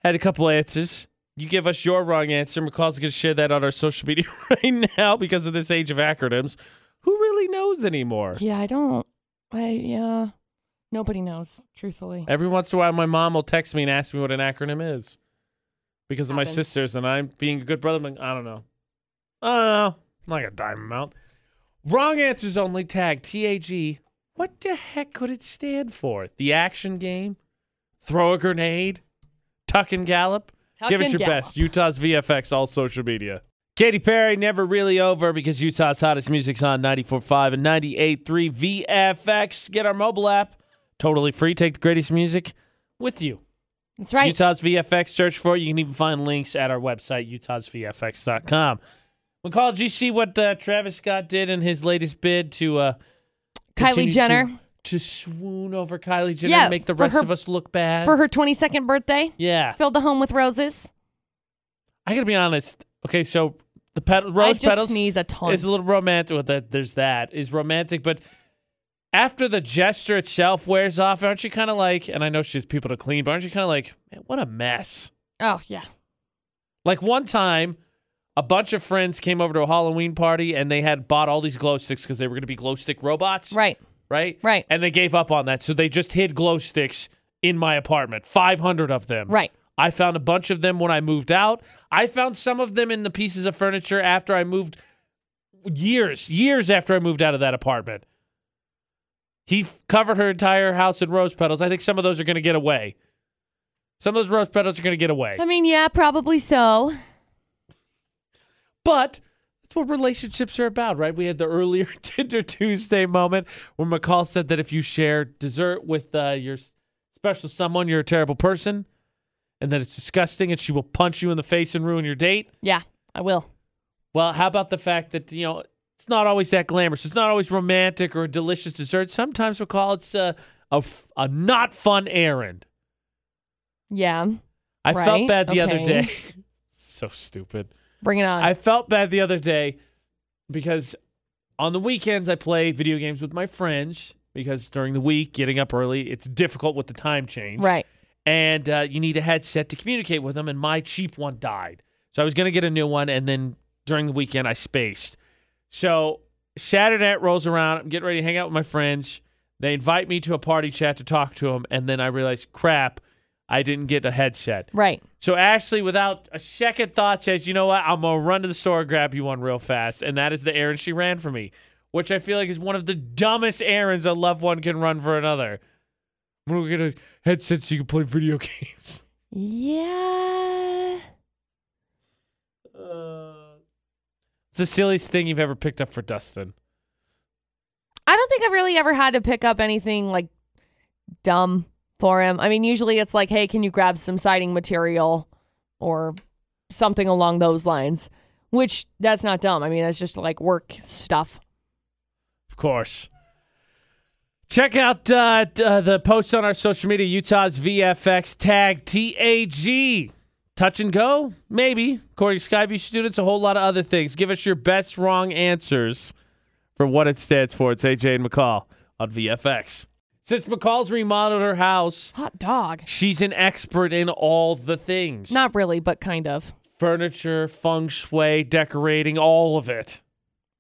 A: had a couple answers. You give us your wrong answer. McCall's gonna share that on our social media right now because of this age of acronyms. Who really knows anymore?
B: Yeah, I don't. I yeah. Nobody knows, truthfully.
A: Every once in a while, my mom will text me and ask me what an acronym is because of my
B: Happens.
A: sisters, and I'm being a good brother. I'm like, I don't know. I don't know. I'm not gonna dime them out. Wrong answers only. Tag T A G. What the heck could it stand for? The action game, throw a grenade, tuck and gallop.
B: Tuck
A: Give us
B: and
A: your
B: gallop.
A: best. Utah's VFX, all social media. Katy Perry, never really over because Utah's hottest music's on 94.5 and 98.3 VFX. Get our mobile app totally free. Take the greatest music with you.
B: That's right.
A: Utah's VFX, search for it. You can even find links at our website, utahsvfx.com. McCall, did you see what uh, Travis Scott did in his latest bid to uh,
B: Kylie
A: continue
B: Jenner
A: to, to swoon over Kylie Jenner
B: Yeah,
A: and make the
B: for
A: rest
B: her-
A: of us look bad?
B: for her 22nd birthday,
A: yeah,
B: filled the home with roses.
A: I gotta be honest. Okay, so the pet- rose
B: I just
A: petals
B: sneeze a ton.
A: is a little romantic. Well, that there's that is romantic, but after the gesture itself wears off, aren't you kind of like? And I know she's people to clean, but aren't you kind of like, man, what a mess?
B: oh yeah,
A: Like one time, a bunch of friends came over to a Halloween party and they had bought all these glow sticks because they were going to be glow stick robots,
B: right.
A: Right,
B: Right.
A: And they gave up on that, so they just hid glow sticks in my apartment, five hundred of them.
B: Right.
A: I found a bunch of them when I moved out. I found some of them in the pieces of furniture after I moved years, years after I moved out of that apartment. He f- covered her entire house in rose petals. I think some of those are going to get away. Some of those rose petals are going to get away.
B: I mean, yeah, probably so.
A: But that's what relationships are about, right? We had the earlier Tinder Tuesday moment where McCall said that if you share dessert with uh, your s- special someone, you're a terrible person and that it's disgusting and she will punch you in the face and ruin your date.
B: Yeah, I will.
A: Well, how about the fact that, you know, it's not always that glamorous. It's not always romantic or a delicious dessert. Sometimes McCall, it's a, a, f- a not fun errand.
B: Yeah,
A: I felt
B: Right,
A: bad the other
B: okay.
A: day. so stupid.
B: bring it on.
A: I felt bad the other day because on the weekends I play video games with my friends because during the week getting up early it's difficult with the time change.
B: right.
A: And uh, you need a headset to communicate with them, and my cheap one died, so I was gonna get a new one, and then during the weekend I spaced. So Saturday night rolls around, I'm getting ready to hang out with my friends. They invite me to a party chat to talk to them, and then I realize crap, I didn't get a headset.
B: Right.
A: So Ashley, without a second thought, says, "You know what? I'm gonna run to the store, and grab you one real fast," and that is the errand she ran for me, which I feel like is one of the dumbest errands a loved one can run for another. I'm gonna get a headset so you can play video games.
B: Yeah.
A: It's the silliest thing you've ever picked up for Dustin.
B: I don't think I've really ever had to pick up anything like dumb for him. I mean, usually it's like, hey, can you grab some siding material or something along those lines? Which that's not dumb. I mean, that's just like work stuff.
A: Of course. Check out uh, d- uh, the post on our social media, Utah's VFX tag TAG. Touch and go? Maybe. According to Skyview students, a whole lot of other things. Give us your best wrong answers for what it stands for. It's AJ and McCall on VFX. Since McCall's remodeled her house,
B: Hot dog.
A: she's an expert in all the things
B: Not really, but kind of.
A: furniture, feng shui, decorating, all of it.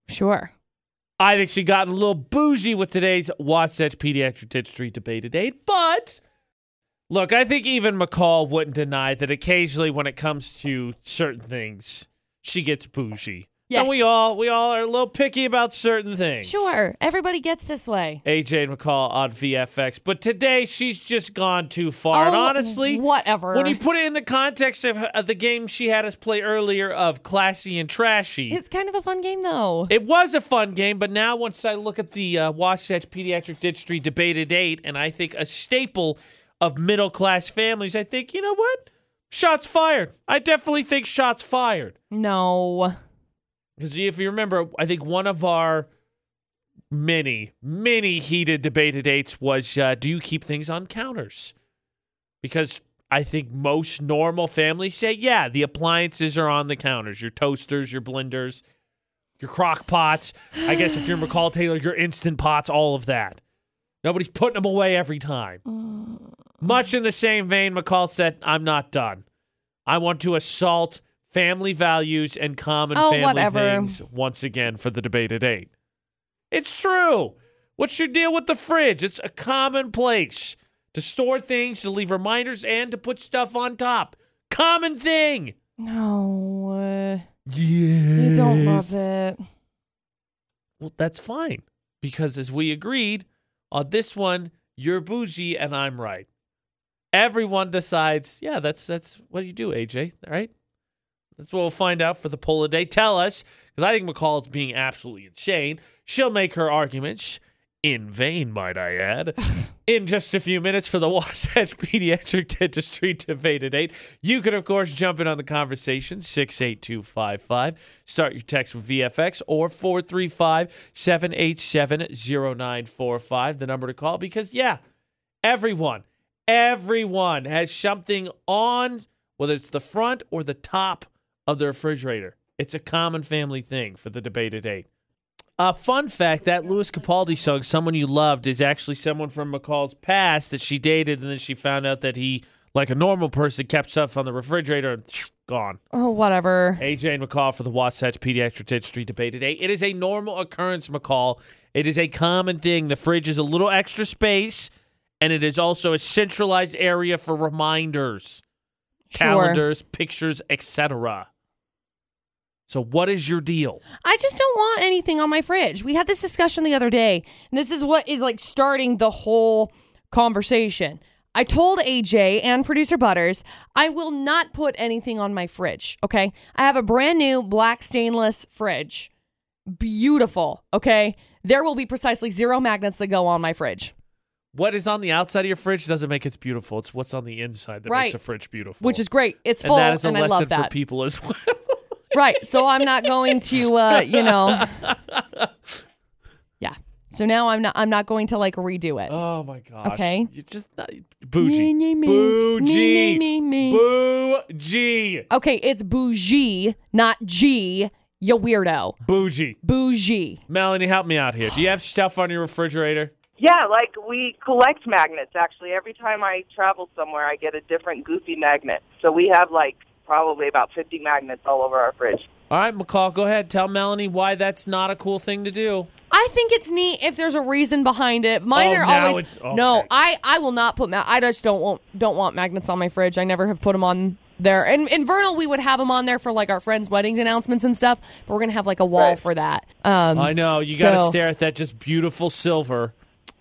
B: Sure.
A: I think she got a little bougie with today's Wasatch Pediatric Dentistry debate at eight, but look, I think even McCall wouldn't deny that occasionally when it comes to certain things, she gets bougie.
B: Yes.
A: And we all we all are a little picky about certain things.
B: Sure. Everybody gets this way.
A: AJ and McCall on VFX, but today she's just gone too far. and
B: Oh,
A: honestly,
B: whatever.
A: When you put it in the context of, of the game she had us play earlier of classy and trashy,
B: It's kind of a fun game, though.
A: it was a fun game, but now once I look at the uh, Wasatch Pediatric Dentistry debate at eight, and I think a staple of middle class families, I think you know what? Shots fired. I definitely think shots fired
B: No.
A: because if you remember, I think one of our many, many heated debate at eights was: uh, Do you keep things on counters? Because I think most normal families say, yeah, the appliances are on the counters. Your toasters, your blenders, your crock pots. I guess if you're McCall Taylor, your instant pots, all of that. Nobody's putting them away every time.
B: Mm.
A: Much in the same vein, McCall said, I'm not done. I want to assault family values and common
B: Oh,
A: family
B: whatever.
A: things once again for the debate at eight. It's true. What's your deal with the fridge? It's a common place to store things, to leave reminders, and to put stuff on top. Common thing.
B: No.
A: Yeah.
B: You don't love it.
A: Well, that's fine. Because as we agreed on this one, you're bougie and I'm right. Everyone decides, yeah, that's that's what you do, AJ, right? That's what we'll find out for the poll today. Tell us, because I think McCall is being absolutely insane. She'll make her arguments. in vain, might I add. in just a few minutes for the Wasatch Pediatric Dentistry Debate at 8. You can, of course, jump in on the conversation, 68255. Start your text with VFX or 435 787 0945, the number to call, because, yeah, everyone, everyone has something on, whether it's the front or the top of the refrigerator. It's a common family thing for the debate at 8. A fun fact that Louis Capaldi song "Someone You Loved" is actually someone from McCall's past that she dated, and then she found out that he, like a normal person, kept stuff on the refrigerator and gone.
B: Oh, whatever.
A: AJ and McCall for the Wasatch Pediatric Dentistry Debate today. It is a normal occurrence, McCall. It is a common thing. The fridge is a little extra space, and it is also a centralized area for reminders,
B: Sure.
A: calendars, pictures, etc. So, what is your deal?
B: I just don't want anything on my fridge. We had this discussion the other day, and this is what is like starting the whole conversation. I told AJ and producer Butters, I will not put anything on my fridge, okay? I have a brand new black stainless fridge. Beautiful, okay? There will be precisely zero magnets that go on my fridge,
A: what is on the outside of your fridge doesn't make it beautiful. It's what's on the inside that
B: Right.
A: makes a fridge beautiful.
B: which is great. It's
A: and
B: full,
A: that is a
B: and I
A: lesson
B: love
A: for
B: that.
A: people as well.
B: Right. So I'm not going to uh, you know Yeah. So now I'm not I'm not going to like redo it.
A: oh my gosh.
B: Okay.
A: You just not, bougie.
B: Me, me, me. Me,
A: Bougie.
B: me, me, me.
A: Bougie.
B: Okay, it's bougie, not G, you weirdo.
A: Bougie.
B: Bougie.
A: Melanie, help me out here. Do you have stuff on your refrigerator?
D: Yeah, like we collect magnets actually. Every time I travel somewhere, I get a different goofy magnet. So we have like probably about 50 magnets all over our fridge.
A: All right, McCall, go ahead. Tell Melanie why that's not a cool thing to do.
B: I think it's neat if there's a reason behind it. Mine
A: Oh,
B: are
A: now
B: always
A: it- okay.
B: no. I I will not put. Ma- I just don't want don't want magnets on my fridge. I never have put them on there. And in Vernal, we would have them on there for like our friends' weddings announcements and stuff. But we're gonna have like a wall for that. Um,
A: I know. You got to
B: So-
A: stare at that just beautiful silver.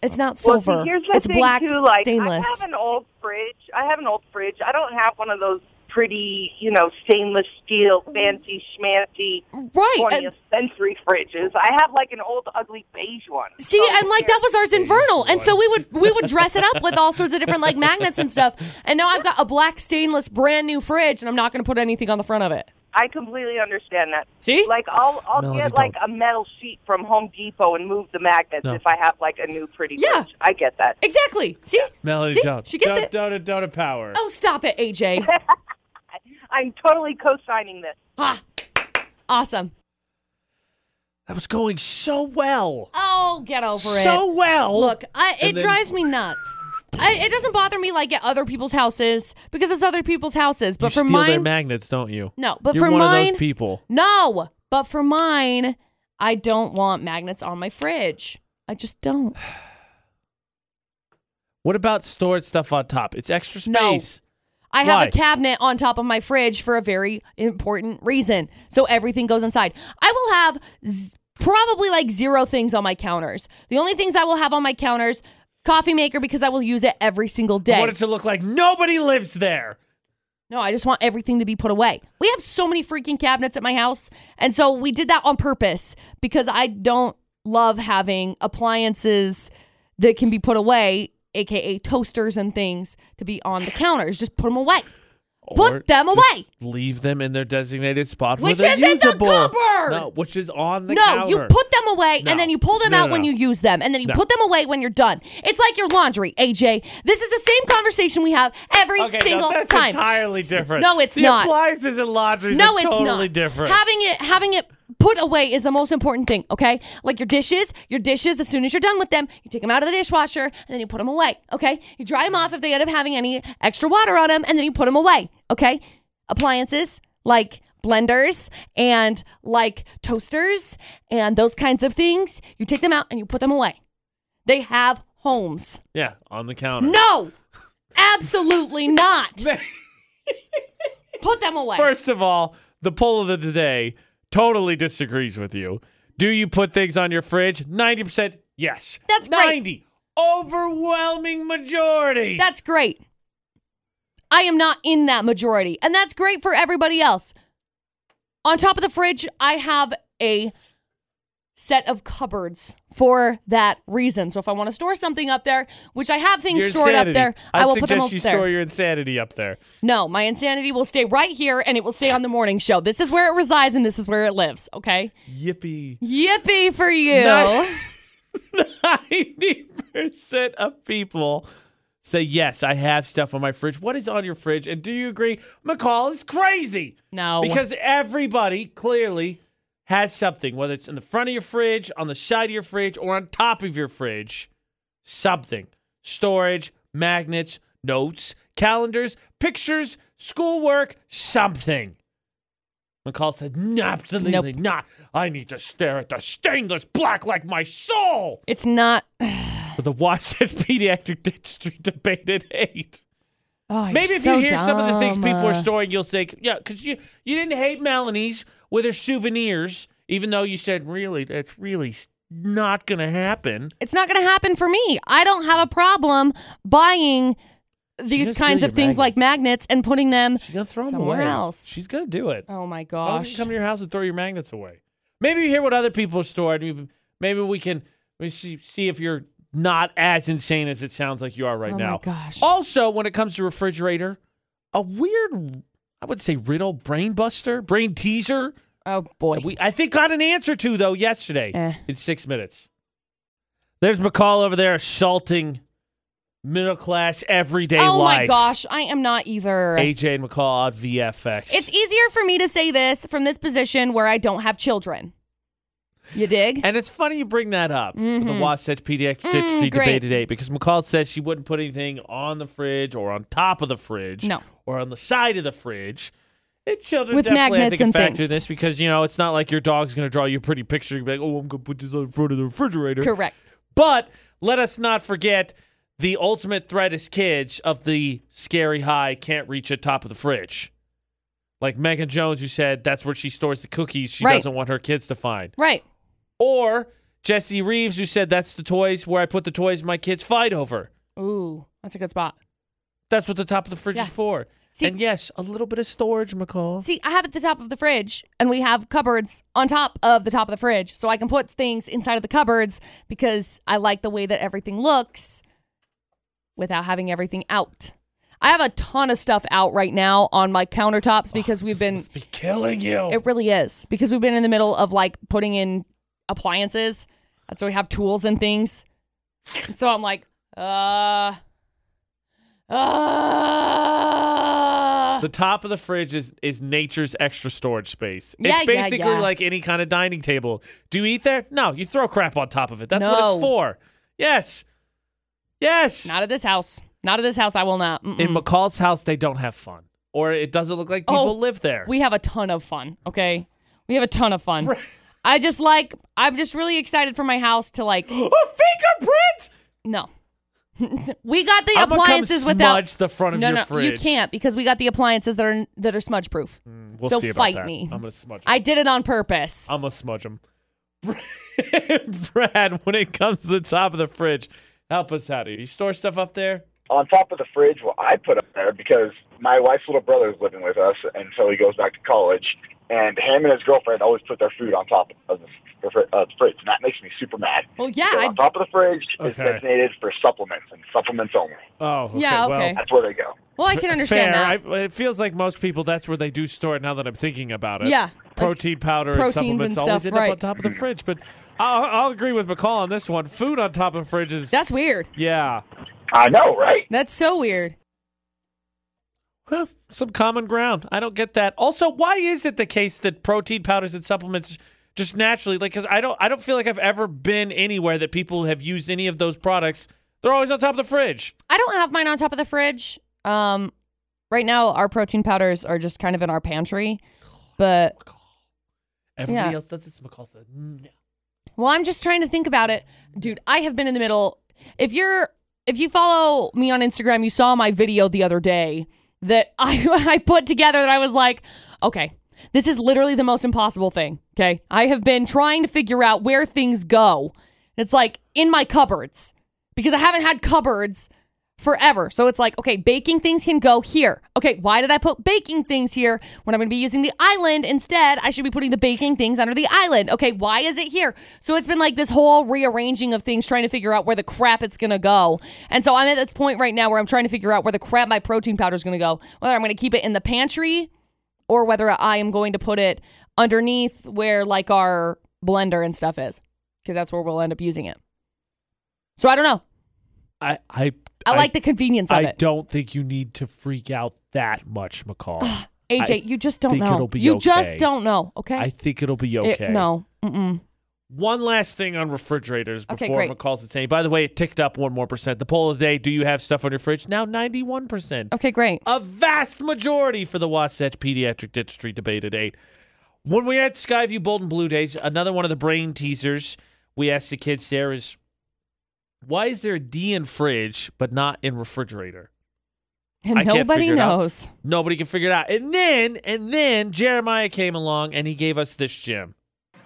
B: it's not
D: Well, see,
B: silver.
D: here's the
B: it's
D: thing,
B: black
D: too, like,
B: stainless.
D: I have an old fridge. I have an old fridge. I don't have one of those pretty, you know, stainless steel, fancy schmancy
B: right.
D: 20th
B: and-
D: century fridges. I have like an old ugly beige one.
B: See,
A: Oh,
D: So
B: and like that was ours in Vernal, and so we would we would dress it up with all sorts of different like magnets and stuff. And now I've got a black stainless brand new fridge, and I'm not going to put anything on the front of it.
D: I completely understand that.
B: See?
D: Like I'll I'll
A: Melody,
D: get like a metal sheet from Home Depot and move the magnets if I have like a new pretty
B: Yeah.
D: fridge. I get that.
B: Exactly. See,
A: Melanie,
B: See?
A: don't.
B: She gets
A: don't,
B: it.
A: Don't, don't empower.
B: Oh, stop it, AJ.
D: I'm totally co-signing this.
B: ah, awesome.
A: That was going so well.
B: Oh, get over it.
A: so well.
B: Look, I, it
A: And then-
B: drives me nuts. I, it doesn't bother me like at other people's houses because it's other people's houses. But
A: you
B: for
A: steal their
B: mine,
A: magnets, don't you?
B: no. But
A: You're
B: for
A: one
B: mine,
A: of those people.
B: no. But for mine, I don't want magnets on my fridge. I just don't.
A: What about stored stuff on top? It's extra
B: No.
A: space.
B: I have
A: Why?
B: a cabinet on top of my fridge for a very important reason. So everything goes inside. I will have z- probably like zero things on my counters. The only things I will have on my counters coffee maker because I will use it every single
A: I
B: day.
A: want it to look like nobody lives there.
B: no, I just want everything to be put away. We have so many freaking cabinets at my house. And so we did that on purpose because I don't love having appliances that can be put away, aka toasters and things to be on the counters. Just put them away. Put
A: Or
B: them
A: just
B: away.
A: Leave them in their designated spot, where
B: Which
A: they're
B: is in the
A: usable.
B: cupboard.
A: No, which is on the
B: no,
A: counter.
B: you put them away
A: No.
B: and then you pull them
A: No,
B: out
A: no,
B: when
A: no.
B: you use them and then you
A: No.
B: put them away when you're done. It's like your laundry, AJ. This is the same conversation we have every
A: okay, no,
B: single
A: that's
B: time.
A: entirely
B: S-
A: different.
B: No, it's
A: the
B: not.
A: Appliances and laundries
B: no,
A: are
B: it's
A: totally
B: not.
A: different.
B: Having it having it put away is the most important thing, okay? Like your dishes, your dishes as soon as you're done with them, you take them out of the dishwasher and then you put them away, okay? You dry them off if they end up having any extra water on them and then you put them away, okay? Appliances like blenders and like toasters and those kinds of things, you take them out and you put them away. They have homes.
A: yeah, on the counter.
B: No. Absolutely not. Put them away.
A: First of all, the poll of the day totally disagrees with you. Do you put things on your fridge? 90% yes.
B: That's great.
A: 90. Overwhelming majority.
B: That's great. I am not in that majority, and that's great for everybody else. On top of the fridge, I have a set of cupboards for that reason. So if I want to store something up there, which I have things
A: Your
B: stored
A: insanity.
B: up there,
A: I'd
B: I will put
A: suggest
B: them up
A: you
B: there.
A: store your insanity up there.
B: no, my insanity will stay right here and it will stay on the morning show. This is where it resides and this is where it lives, okay?
A: Yippee.
B: Yippee for you.
A: Nice. 90% of people say, Yes, I have stuff on my fridge. What is on your fridge? And do you agree? McCall is crazy.
B: No.
A: Because everybody clearly has something, whether it's in the front of your fridge, on the side of your fridge, or on top of your fridge. Something. Storage, magnets, notes, calendars, pictures, schoolwork, something. McCall said, "No, absolutely not. I need to stare at the stainless black like my soul.
B: it's not Oh,
A: But the Watson Pediatric Dentistry debate at eight.
B: Oh, you're
A: Maybe if
B: so
A: you hear some of the things
B: dumb.
A: people are storing, you'll think, yeah, because you you didn't hate Melanie's with her souvenirs, even though you said, really, that's really not gonna happen.
B: It's not going to happen for me. I don't have a problem buying
A: gonna
B: these
A: steal
B: kinds
A: your
B: of things like magnets and putting them.
A: She's gonna throw
B: Somewhere
A: them away.
B: else.
A: She's gonna do it.
B: Oh my
A: Why would
B: gosh.
A: you come to your house and throw your magnets away? Maybe you hear what other people are stored. Maybe- Maybe we can we see see if you're not as insane as it sounds like you are right
B: Oh my
A: now.
B: gosh.
A: Also, when it comes to refrigerator, a weird, I would say riddle, brain buster, brain teaser.
B: Oh boy.
A: We I think got an answer to though yesterday
B: Eh.
A: in six minutes. There's McCall over there assaulting middle class everyday
B: oh
A: life.
B: my gosh. I am not either.
A: AJ and McCall on VFX.
B: It's e- easier for me to say this from this position where I don't have children. You dig?
A: And it's funny you bring that up, with the Wasatch Pediatric Dentistry debate
B: Mm-hmm. Mm, great.
A: today, because McCall says she wouldn't put anything on the fridge or on top of the fridge
B: No.
A: or on the side of the fridge. And children
B: With
A: definitely, I
B: magnets
A: think, a
B: and
A: factor in
B: things.
A: this because, you know, it's not like your dog's going to draw you a pretty picture and be like, oh, I'm going to put this on front of the refrigerator.
B: Correct.
A: But let us not forget the ultimate threat as kids of the scary high can't reach a top of the fridge. Like Megan Jones, who said that's where she stores the cookies she
B: Right.
A: doesn't want her kids to find
B: Right.
A: or Jesse Reeves, who said that's the toys where I put the toys my kids fight over.
B: Ooh, that's a good spot.
A: That's what the top of the fridge
B: Yeah.
A: is for.
B: See-
A: and yes, a little bit of storage, McCall.
B: See, I have at the top of the fridge, and we have cupboards on top of the top of the fridge, so I can put things inside of the cupboards because I like the way that everything looks without having everything out. I have a ton of stuff out right now on my countertops because we've been
A: be killing you.
B: It really is because we've been in the middle of like putting in appliances, and so we have tools and things. And so I'm like, uh, uh.
A: the top of the fridge is is nature's extra storage space.
B: Yeah,
A: it's
B: yeah,
A: basically
B: yeah.
A: like any kind of dining table. Do you eat there? No, you throw crap on top of it. That's what
B: No.
A: it's for. Yes. Yes.
B: Not at this house. Not at this house. I will not. Mm-mm.
A: In McCall's house, they don't have fun. Or it doesn't look like people
B: Oh,
A: live there.
B: we have a ton of fun. Okay, we have a ton of fun. I just like. I'm just really excited for my house to like.
A: a Oh, fingerprint!
B: No, we got the
A: I'm gonna come
B: appliances without.
A: smudge the front of
B: no,
A: your
B: no,
A: fridge. Mm,
B: you can't because we got the appliances that are that are smudge proof.
A: We'll
B: so
A: see about
B: fight
A: that.
B: me.
A: I'm gonna smudge.
B: I did it on purpose.
A: I'm gonna smudge him. Brad, when it comes to the top of the fridge, help us out here. You store stuff up there?
C: on top of the fridge, what I put up there because my wife's little brother is living with us until he goes back to college, and him and his girlfriend always put their food on top of the, the, fri- uh, the fridge, and that makes me super mad.
B: Well, yeah,
C: So
B: I-
C: on top of the fridge is
A: Okay.
C: designated for supplements and supplements only.
A: Oh, okay.
B: Yeah, okay.
C: That's where they go.
B: Well, I can understand
A: Fair.
B: that.
A: I, it feels like most people that's where they do store it. Now that I'm thinking about it,
B: Yeah, like
A: protein powder and
B: proteins
A: supplements
B: and
A: always
B: stuff,
A: end
B: right.
A: up on top of the fridge. But I'll, I'll agree with McCall on this one. Food on top of fridges.
B: That's weird.
A: yeah.
C: I know, right?
B: That's so weird.
A: Well, some common ground. I don't get that. Also, why is it the case that protein powders and supplements just naturally like cuz I don't I don't feel like I've ever been anywhere that people have used any of those products. They're always on top of the fridge.
B: I don't have mine on top of the fridge. Um, right now our protein powders are just kind of in our pantry, but
A: Everybody
B: Yeah.
A: else does this McCall said, "Mm, "No."
B: well, I'm just trying to think about it, dude. I have been in the middle. If you're if you follow me on Instagram, you saw my video the other day that I I put together that I was like, okay. This is literally the most impossible thing. Okay. I have been trying to figure out where things go. It's like in my cupboards because I haven't had cupboards forever. So it's like, okay, baking things can go here. Okay, why did I put baking things here when I'm going to be using the island instead? I should be putting the baking things under the island. Okay, why is it here? So it's been like this whole rearranging of things trying to figure out where the crap it's going to go. And so I'm at this point right now where I'm trying to figure out where the crap my protein powder is going to go, whether I'm going to keep it in the pantry or whether I am going to put it underneath where like our blender and stuff is because that's where we'll end up using it. So I don't know.
A: I I
B: I, like the convenience of
A: I
B: it.
A: don't think you need to freak out that much, McCall.
B: AJ,
A: I
B: you just don't
A: think
B: know.
A: it'll be
B: you
A: okay.
B: just don't know. Ah, Okay.
A: I think it'll be
B: It-
A: okay.
B: no. Mm-mm.
A: One last thing on refrigerators
B: Okay,
A: before
B: great.
A: McCall's insane. By the way, it ticked up one more percent. The poll of the day: Do you have stuff on your fridge? Now ninety-one percent.
B: Okay, great.
A: a vast majority for the Wasatch Pediatric Dentistry debate at 8. When we had Skyview Bold and Blue Days, another one of the brain teasers we asked the kids there is why is there a D in fridge but not in refrigerator?
B: And
A: I can't
B: nobody
A: figure it out.
B: knows.
A: Nobody can figure it out. And then, and then Jeremiah came along and he gave us this gem.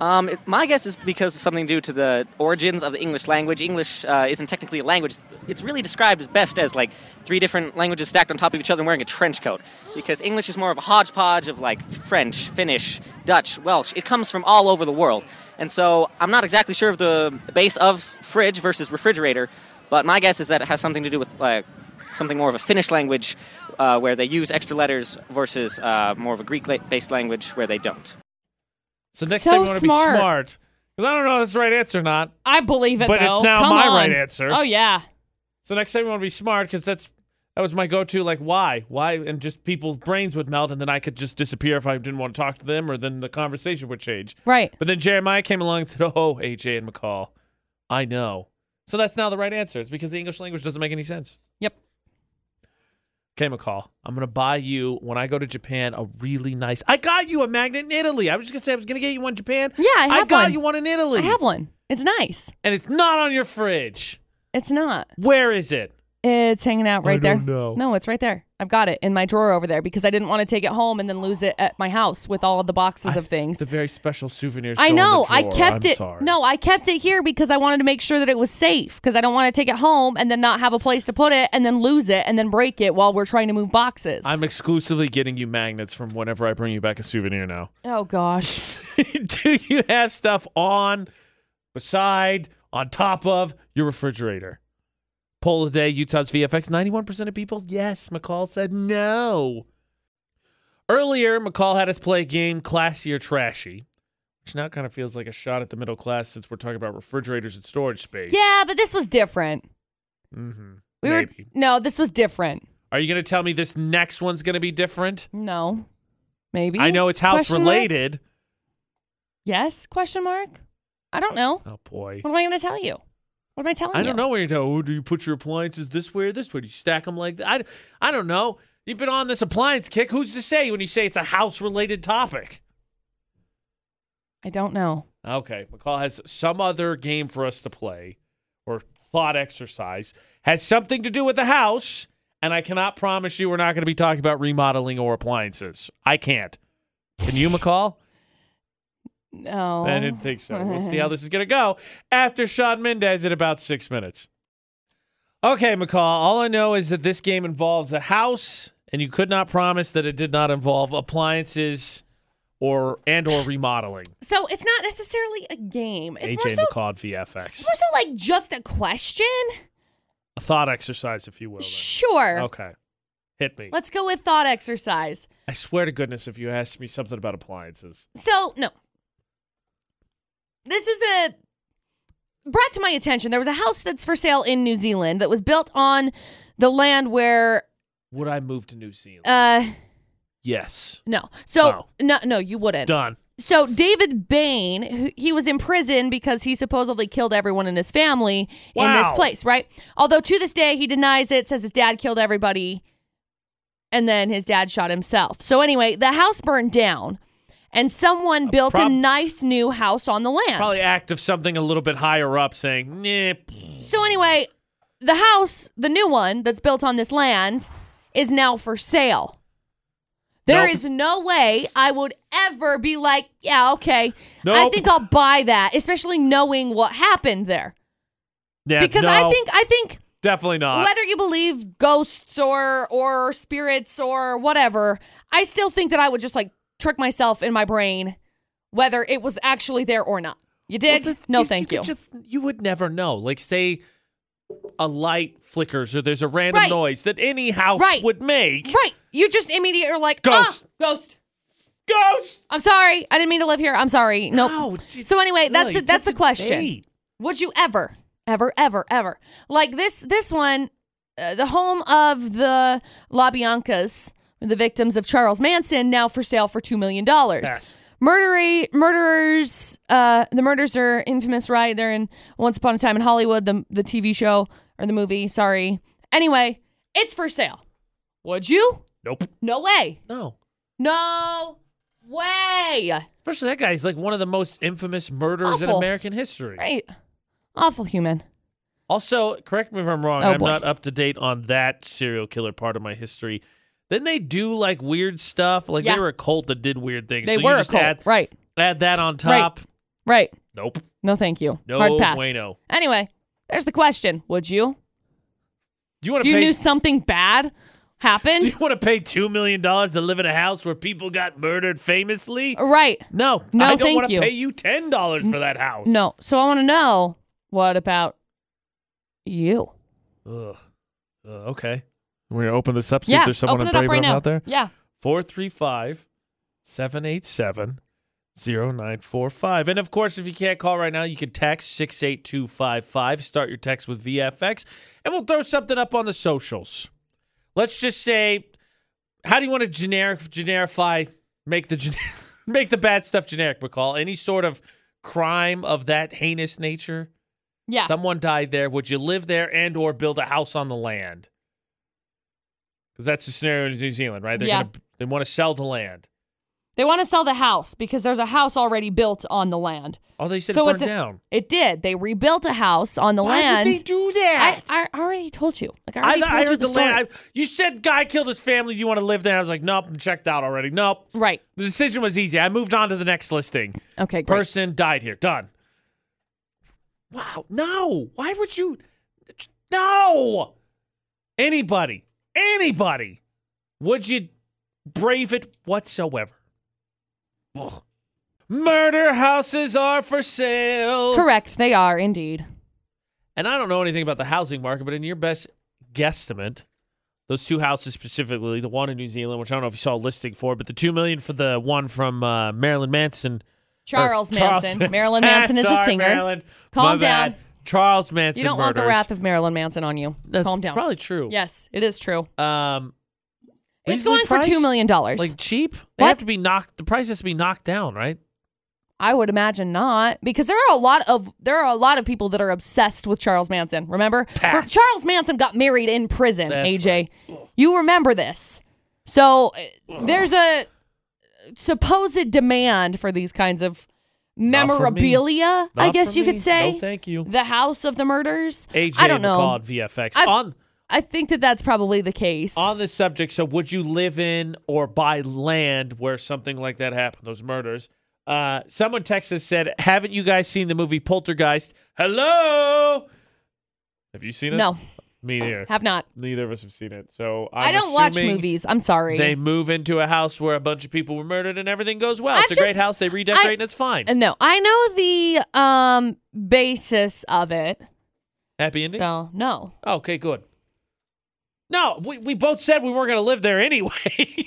E: Um, it- my guess is because of something due to the origins of the English language. English uh, isn't technically a language. It's really described as best as like three different languages stacked on top of each other and wearing a trench coat. Because English is more of a hodgepodge of like French, Finnish, Dutch, Welsh. It comes from all over the world. And so I'm not exactly sure of the base of fridge versus refrigerator, but my guess is that it has something to do with like something more of a Finnish language uh, where they use extra letters versus uh, more of a Greek la- based language where they don't.
A: So next
B: So
A: time you want to be
B: smart.
A: smart. Because I don't know if that's the right answer or not.
B: I believe it.
A: But it's
B: though.
A: now
B: Come
A: my
B: on.
A: right answer.
B: Oh yeah.
A: So next time you want to be smart, because that's that was my go-to. Like, why, why, and just people's brains would melt, and then I could just disappear if I didn't want to talk to them, or then the conversation would change.
B: Right.
A: But then Jeremiah came along and said, "Oh, AJ and McCall, I know." So that's now the right answer. It's because the English language doesn't make any sense.
B: Yep.
A: Okay, McCall, I'm gonna buy you when I go to Japan a really nice. I got you a magnet in Italy. I was just gonna say I was gonna get you one in Japan.
B: Yeah, I have
A: got
B: one.
A: you one in Italy,
B: I have one. It's nice.
A: and it's not on your fridge.
B: It's not.
A: Where is it?
B: It's hanging out right there.
A: don't know.
B: No, it's right there. I've got it in my drawer over there because I didn't want to take it home and then lose it at my house with all of the boxes of things.
A: It's a very special souvenir.
B: I
A: store in the
B: know. I
A: drawer.
B: kept
A: I'm
B: it.
A: sorry.
B: No, I kept it here because I wanted to make sure that it was safe because I don't want to take it home and then not have a place to put it and then lose it and then break it while we're trying to move boxes.
A: I'm exclusively getting you magnets from whenever I bring you back a souvenir now.
B: oh gosh.
A: Do you have stuff on, beside, on top of your refrigerator? Poll of the day, Utah's VFX. 91% of people, yes. McCall said no. Earlier, McCall had us play a game, Classy or Trashy, which now kind of feels like a shot at the middle class since we're talking about refrigerators and storage space.
B: Yeah, but this was different.
A: Mm-hmm.
B: We
A: Maybe.
B: were no, this was different.
A: Are you going to tell me this next one's going to be different?
B: No. Maybe.
A: I know it's house
B: Question mark?
A: related.
B: Yes? Question mark? I don't know.
A: Oh boy.
B: What am I going to tell you? What am I telling
A: I
B: you?
A: don't know where you go. Oh, do you put your appliances this way or this way? Do you stack them like that? I, I don't know. You've been on this appliance kick. Who's to say when you say it's a house related topic?
B: I don't know.
A: Okay. McCall has some other game for us to play or thought exercise. Has something to do with the house. And I cannot promise you we're not going to be talking about remodeling or appliances. I can't. Can you, McCall?
B: No.
A: I didn't think so. We'll see how this is going to go after Sean Mendez in about six minutes. Okay, McCall, all I know is that this game involves a house, and you could not promise that it did not involve appliances or and or remodeling.
B: So it's not necessarily a game. It's more
A: AJ
B: so
A: McCall at VFX.
B: it's more so like just a question.
A: A thought exercise, if you will. then.
B: Sure.
A: Okay. Hit me.
B: Let's go with thought exercise.
A: I swear to goodness if you asked me something about appliances.
B: So, no. This is a brought to my attention. There was a house that's for sale in New Zealand that was built on the land where
A: Would I move to New Zealand?
B: uh
A: yes.
B: no. So
A: Wow.
B: no no, you wouldn't.
A: Done.
B: So David Bain, who- he was in prison because he supposedly killed everyone in his family in this
A: Wow.
B: place, right? Although to this day he denies it, says his dad killed everybody, and then his dad shot himself. So anyway, the house burned down, and someone built a
A: prob-
B: nice new house on the land.
A: Probably act of something a little bit higher up saying, nah,
B: So anyway, the house, the new one that's built on this land, is now for sale. There
A: Nope.
B: is no way I would ever be like, yeah, okay, I
A: Nope.
B: think I'll buy that, especially knowing what happened there.
A: nah
B: Because
A: no. Uh,
B: I think I think
A: Definitely not.
B: Whether you believe ghosts or or spirits or whatever, I still think that I would just like trick myself in my brain whether it was actually there or not. You
A: Well,
B: did?
A: the-
B: no, thank
A: could
B: you.
A: just- you would never know. Like, say a light flickers or there's a random
B: Right.
A: noise that any house
B: Right.
A: would make.
B: right. You just immediately are like,
A: Ghost.
B: "Ah, ghost.
A: Ghost. Oh,
B: I'm sorry. I didn't mean to live here. I'm sorry. Nope.
A: No, she-
B: Oh. So anyway, that's
A: Ugh,
B: the,
A: you
B: that's the
A: took
B: question.
A: bait.
B: Would you ever, ever, ever, ever like this? This one, uh, the home of the LaBiancas, the victims of Charles Manson, now for sale for two million dollars.
A: Pass.
B: Murdery, murderers. Uh, the murders are infamous, right? They're in Once Upon a Time in Hollywood, the the TV show or the movie. Sorry. Anyway, it's for sale. Would you?
A: Nope.
B: No way.
A: No.
B: No way.
A: Especially that guy. He's like one of the most infamous murderers in
B: Awful.
A: American history.
B: Right. Awful human.
A: Also, correct me if I'm wrong.
B: Oh,
A: I'm
B: boy.
A: not up to date on that serial killer part of my history. Then they do like weird stuff. Like
B: Yeah.
A: they were a cult that did weird things.
B: They
A: so
B: were
A: you
B: a
A: just
B: cult.
A: Add,
B: Right.
A: add that on
B: Right.
A: top.
B: Right.
A: Nope.
B: No, thank you.
A: No
B: Hard pass.
A: bueno.
B: Anyway, there's the question. Would you?
A: Do you want
B: If
A: to
B: you
A: pay?
B: knew something bad
A: do
B: happened?
A: you want to pay two million dollars to live in a house where people got murdered famously?
B: right.
A: No,
B: No,
A: I don't
B: thank
A: want to
B: you.
A: pay you ten dollars for that house.
B: No. So I want to know what about you?
A: Ugh. Uh, okay. We're gonna open this up. See
B: yeah.
A: if there's someone
B: open
A: in
B: it up
A: Brave
B: right
A: Enough
B: now.
A: out there.
B: Yeah.
A: 435 787 0945. And of course, if you can't call right now, you can text 68255. Start your text with VFX, and we'll throw something up on the socials. Let's just say, how do you want to generic generify, make the gen- make the bad stuff generic, McCall? Any sort of crime of that heinous nature?
B: Yeah.
A: Someone died there. Would you live there and or build a house on the land? Because that's the scenario in New Zealand, right? They're
B: Yeah.
A: gonna they want to sell the land.
B: they want to sell the house because there's a house already built on the land.
A: Oh, they said
B: So
A: it burned
B: it's a-
A: down.
B: It did. They rebuilt a house on the
A: Why
B: land.
A: would they do
B: I,
A: that?
B: I already told you. Like I
A: I,
B: already
A: thought-
B: told
A: I
B: you
A: heard
B: the,
A: the,
B: story.
A: land. I, you said guy killed his family. You want to live there? I was like, nope, I'm checked out already. Nope.
B: right.
A: The decision was easy. I moved on to the next listing.
B: Okay. Great.
A: Person died here. Done. Wow. No. Why would you? No. Anybody, anybody, would you brave it whatsoever? Ugh. Murder houses are for sale.
B: Correct. They are indeed.
A: And I don't know anything about the housing market, but in your best guesstimate, those two houses specifically, the one in New Zealand, which I don't know if you saw a listing for, but the two million for the one from uh, Marilyn Manson. or
B: Charles Manson.
A: Oh, Man-
B: Marilyn Manson is a
A: Sorry,
B: singer.
A: Marilyn.
B: Calm
A: My bad.
B: down.
A: Charles Manson.
B: You don't want the
A: murders.
B: wrath of Marilyn Manson on you.
A: That's
B: Calm down.
A: Probably true.
B: Yes, it is true.
A: Um,
B: It's
A: reasonably
B: going for two
A: priced?
B: million dollars.
A: Like cheap. They
B: What?
A: have to be knocked. The price has to be knocked down, right?
B: I would imagine not, because there are a lot of there are a lot of people that are obsessed with Charles Manson. Remember,
A: Pass.
B: Where Charles Manson got married in prison.
A: That's
B: AJ, you remember this? So uh, there's a supposed demand for these kinds of
A: Not for me.
B: memorabilia. I
A: Not
B: guess
A: for
B: you
A: me.
B: could say
A: No, thank you.
B: the house of the murders.
A: AJ
B: I don't know.
A: McCall at VFX
B: I've-
A: on
B: I think that that's probably the case.
A: on the subject so would you live in or buy land where something like that happened those murders uh, someone texas said haven't you guys seen the movie poltergeist hello have you seen it
B: no,
A: me neither
B: have not.
A: neither of us have seen it so
B: I'm I
A: I'm
B: do not watch
A: assuming
B: movies. I'm sorry.
A: they move into a house where a bunch of people were murdered and everything goes well. it's a
B: I've
A: great
B: just-
A: house. They redecorate
B: I-
A: and it's fine.
B: Uh, no, I know the um basis of it.
A: Happy ending.
B: So no,
A: Okay, good. No, we, we both said we weren't going to live there anyway.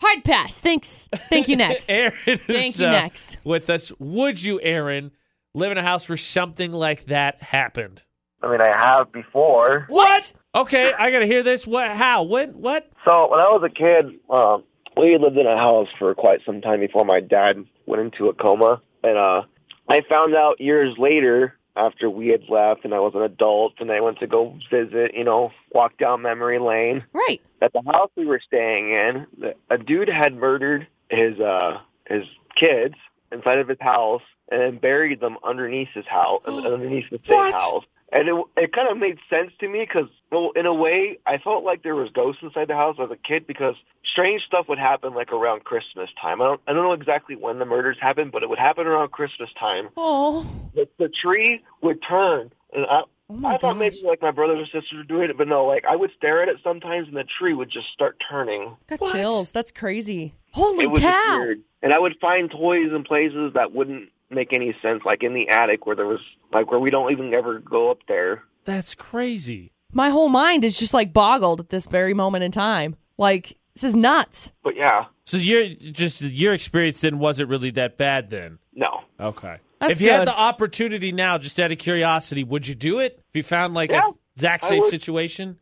B: hard pass. Thanks. Thank you. Next.
A: Aaron is
B: Thank you,
A: uh,
B: next.
A: with us. Would you, Aaron, live in a house where something like that happened?
C: I mean, I have before.
B: what?
A: Okay, I gotta hear this. What? How? What? What?
C: So when I was a kid, um, we lived in a house for quite some time before my dad went into a coma, and uh, I found out years later after we had left and I was an adult and I went to go visit, you know, walk down memory lane
B: Right.
C: at the house we were staying in, the- a dude had murdered his uh his kids inside of his house and then buried them underneath his house, underneath the same
A: What?
C: house. And it it kind of made sense to me because, well, in a way, I felt like there was ghosts inside the house as a kid because strange stuff would happen like around Christmas time. I don't I don't know exactly when the murders happened, but it would happen around Christmas time
B: Oh.
C: the, the tree would turn and I,
B: Oh my
C: I thought
B: gosh.
C: maybe like my brothers or sisters were doing it, but no, like I would stare at it sometimes, and the tree would just start turning.
B: Got
A: What?
B: chills. That's crazy. Holy
C: it was just
B: cow.
C: weird. And I would find toys in places that wouldn't make any sense, like in the attic where there was like where we don't even ever go up there.
A: That's crazy.
B: My whole mind is just like boggled at this very moment in time. Like, this is nuts.
C: But yeah,
A: So your just your experience then wasn't really that bad then.
C: no.
A: Okay.
B: That's
A: if you had
B: good.
A: the opportunity now, just out of curiosity, would you do it? If you found like
C: Yeah,
A: a exact
C: I
A: same
C: would.
A: situation?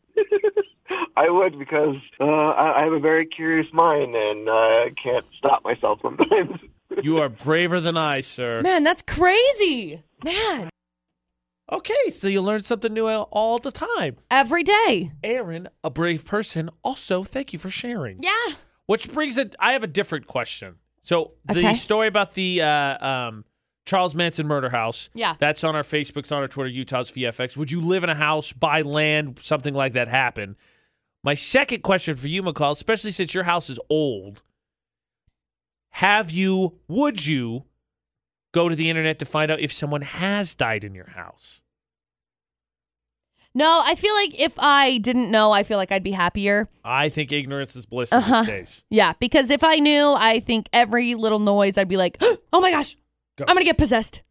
C: I would because uh, I, I have a very curious mind and uh, I can't stop myself sometimes.
A: You are braver than I, sir.
B: Man, that's crazy. Man,
A: Okay, so you learn something new all- all the time.
B: every day.
A: Aaron, a brave person, also thank you for sharing.
B: Yeah.
A: Which brings it I have a different question. So the
B: Okay.
A: story about the uh, um, Charles Manson murder house.
B: Yeah.
A: That's on our Facebook, it's on our Twitter, Utah's VFX. Would you live in a house, buy land, something like that happen? My second question for you, McCall, especially since your house is old, have you, would you go to the internet to find out if someone has died in your house?
B: No, I feel like if I didn't know, I feel like I'd be happier.
A: I think ignorance is bliss in
B: Uh-huh.
A: this case.
B: Yeah, because if I knew, I think every little noise, I'd be like, oh my gosh, I'm going to get possessed.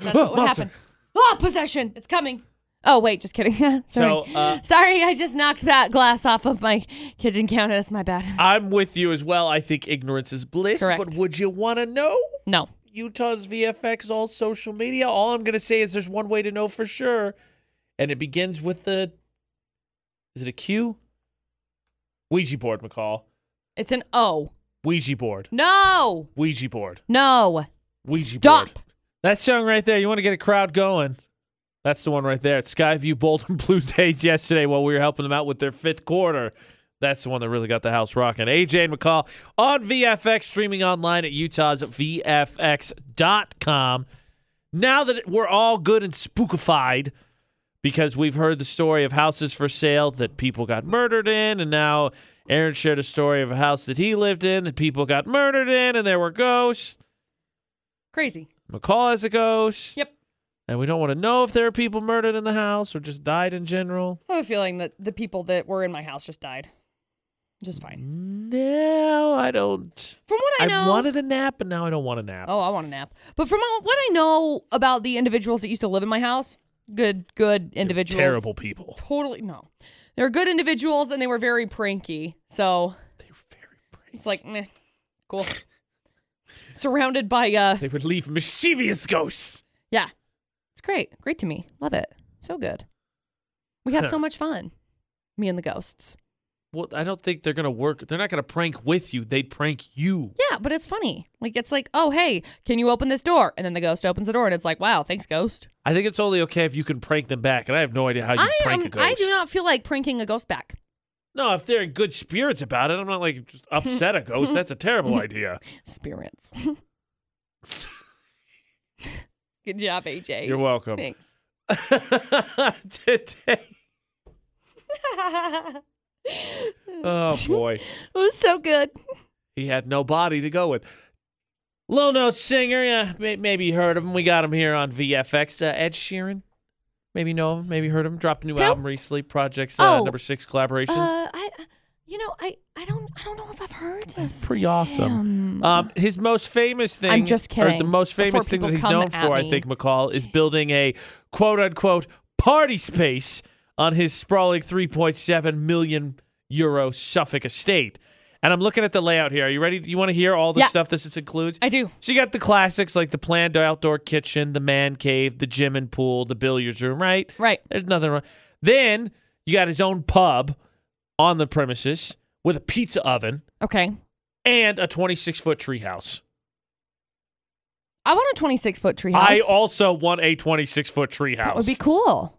B: That's
A: Oh,
B: what would
A: monster.
B: happen. Oh, possession. It's coming. Oh, wait, just kidding. Sorry.
A: So, uh,
B: Sorry, I just knocked that glass off of my kitchen counter. That's my bad.
A: I'm with you as well. I think ignorance is bliss.
B: Correct.
A: But would you want to know?
B: No.
A: Utah's VFX, all social media. All I'm going to say is there's one way to know for sure. And it begins with the. Is it a Q? Ouija board, McCall.
B: It's an O.
A: Ouija board.
B: No.
A: Ouija board.
B: No.
A: Ouija
B: Stop.
A: board. That song right there. You want to get a crowd going. That's the one right there. It's Skyview Bolton Blue Jays yesterday while we were helping them out with their fifth quarter. That's the one that really got the house rocking. AJ and McCall on VFX, streaming online at Utah's VFX.com. Now that we're all good and spookified because we've heard the story of houses for sale that people got murdered in, and now Aaron shared a story of a house that he lived in that people got murdered in, and there were ghosts.
B: Crazy.
A: McCall has a ghost.
B: Yep.
A: And we don't want to know if there are people murdered in the house or just died in general.
B: I have a feeling that the people that were in my house just died. Just fine.
A: No, I don't.
B: From what I know.
A: wanted a nap, but now I don't want a nap.
B: oh, I want a nap. But from what I know about the individuals that used to live in my house, good, good individuals.
A: Terrible people.
B: Totally. No. They were good individuals and they were very pranky. So
A: They were very brave.
B: it's like, meh. Cool. Surrounded by, uh,
A: They would leave mischievous ghosts.
B: yeah. It's great. Great to me. Love it. So good. We have so much fun. Me and the ghosts.
A: Well, I don't think they're going to work. They're not going to prank with you. They'd prank you.
B: Yeah, but it's funny. Like it's like, oh hey, can you open this door? And then the ghost opens the door, and it's like, wow, thanks, ghost.
A: I think it's only okay if you can prank them back, and I have no idea how you
B: I
A: prank
B: am.
A: a ghost.
B: I do not feel like pranking a ghost back.
A: No, if they're in good spirits about it, I'm not like just upset a ghost. That's a terrible idea.
B: Spirits. Good job, AJ.
A: You're welcome.
B: Thanks.
A: Today. Oh, boy.
B: it was so good.
A: he had no body to go with. Low note singer, yeah, may- maybe you heard of him. We got him here on VFX. Uh, Ed Sheeran, maybe know him, maybe heard him. Dropped a new
B: Who?
A: album recently, Projects uh,
B: Oh.
A: Number Six collaboration.
B: Uh, I, you know, I, I don't, I don't know if I've heard.
A: That's
B: Of
A: pretty awesome.
B: him.
A: Um, his most famous thing,
B: I'm just
A: or
B: kidding,
A: the most
B: before
A: famous thing
B: people
A: that he's
B: come
A: known
B: at
A: for, I
B: me.
A: think, McCall, is building a quote unquote party space on his sprawling 3.7 million euro Suffolk estate. And I'm looking at the layout here. Are you ready? Do you want to hear all the
B: Yeah.
A: stuff this includes?
B: I do.
A: So you got the classics like the planned outdoor kitchen, the man cave, the gym and pool, the billiards room, right?
B: Right.
A: There's nothing wrong. Then you got his own pub on the premises with a pizza oven
B: Okay.
A: and a 26 foot treehouse.
B: I want a 26 foot treehouse.
A: I also want a 26 foot treehouse.
B: That would be cool.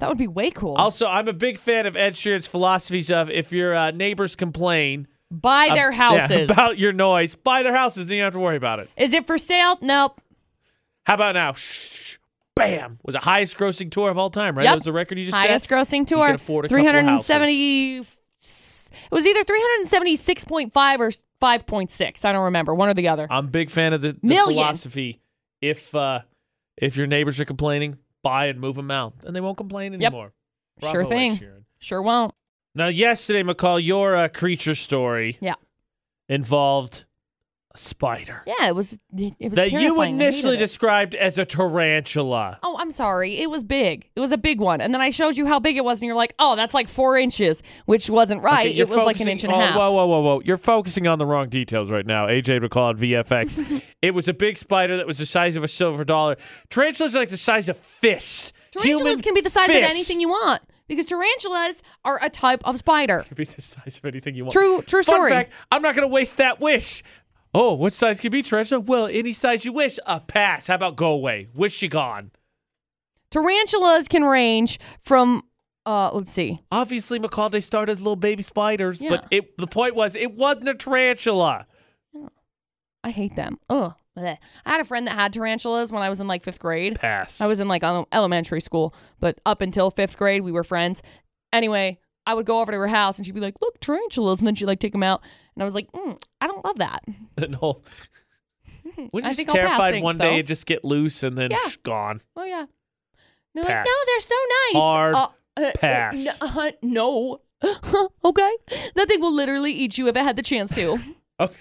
B: That would be way cool.
A: Also, I'm a big fan of Ed Sheeran's philosophies of if your uh, neighbors complain
B: Buy their
A: ab- yeah,
B: houses.
A: about your noise, buy their houses, then you don't have to worry about it.
B: Is it for sale? Nope.
A: How about now? Shh, bam! Was the highest grossing tour of all time, right?
B: Yep.
A: That was the record you just set?
B: Highest grossing tour.
A: can afford a couple of
B: 370. It was either 376.5 or 5.6. I don't remember. One or
A: Uh,
B: the other.
A: I'm a big fan of the, the
B: Million.
A: philosophy. If uh, if your neighbors are complaining, buy and move them out, and they won't complain
B: Yep.
A: anymore. Bravo,
B: Sure
A: Ed
B: thing.
A: Sheeran.
B: Sure won't.
A: Now, yesterday, McCall, your uh, creature story
B: Yeah.
A: involved a spider
B: Yeah, it was. It, it was
A: that you
B: terrifying. I hated
A: initially
B: it.
A: described as a tarantula.
B: Oh, I'm sorry. It was big. It was a big one, and then I showed you how big it was, and you're like, "Oh, that's like four inches," which wasn't right.
A: Okay,
B: it
A: you're
B: was like an
A: focusing-
B: inch and
A: oh,
B: a half.
A: Whoa, whoa, whoa, whoa. You're focusing on the wrong details right now. AJ McCall on VFX. it was a big spider that was the size of a silver dollar. Tarantulas are like the size of fist.
B: Tarantulas
A: Human
B: can be the size of
A: fist.
B: anything you want because tarantulas are a type of spider.
A: Can be the size of anything you want.
B: True, true
A: Fun
B: story.
A: fact, I'm not going to waste that wish. Oh, what size can be tarantula? Well, any size you wish. A pass. How about go away? Wish she gone.
B: Tarantulas can range from, uh, let's see,
A: Obviously, McCall, they started as little baby spiders, but
B: Yeah.
A: it, the point was it wasn't a tarantula.
B: I hate them. Ugh. bleh. I had a friend that had tarantulas when I was in like fifth grade.
A: Pass.
B: I was in like ele- elementary school, but up until fifth grade, we were friends. Anyway, I would go over to her house and she'd be like, look, tarantulas. And then she'd like take them out. And I was like, mm, I don't love that.
A: no. Wouldn't
B: I
A: you just
B: think I'll pass,
A: terrified
B: thanks,
A: one day
B: though.
A: and just get loose and then
B: Yeah.
A: psh, gone?
B: Oh, yeah. They're
A: Pass.
B: like, no, they're so nice.
A: Hard
B: Uh, uh, uh,
A: pass.
B: n- uh, no. okay. That thing will literally eat you if it had the chance to.
A: Okay.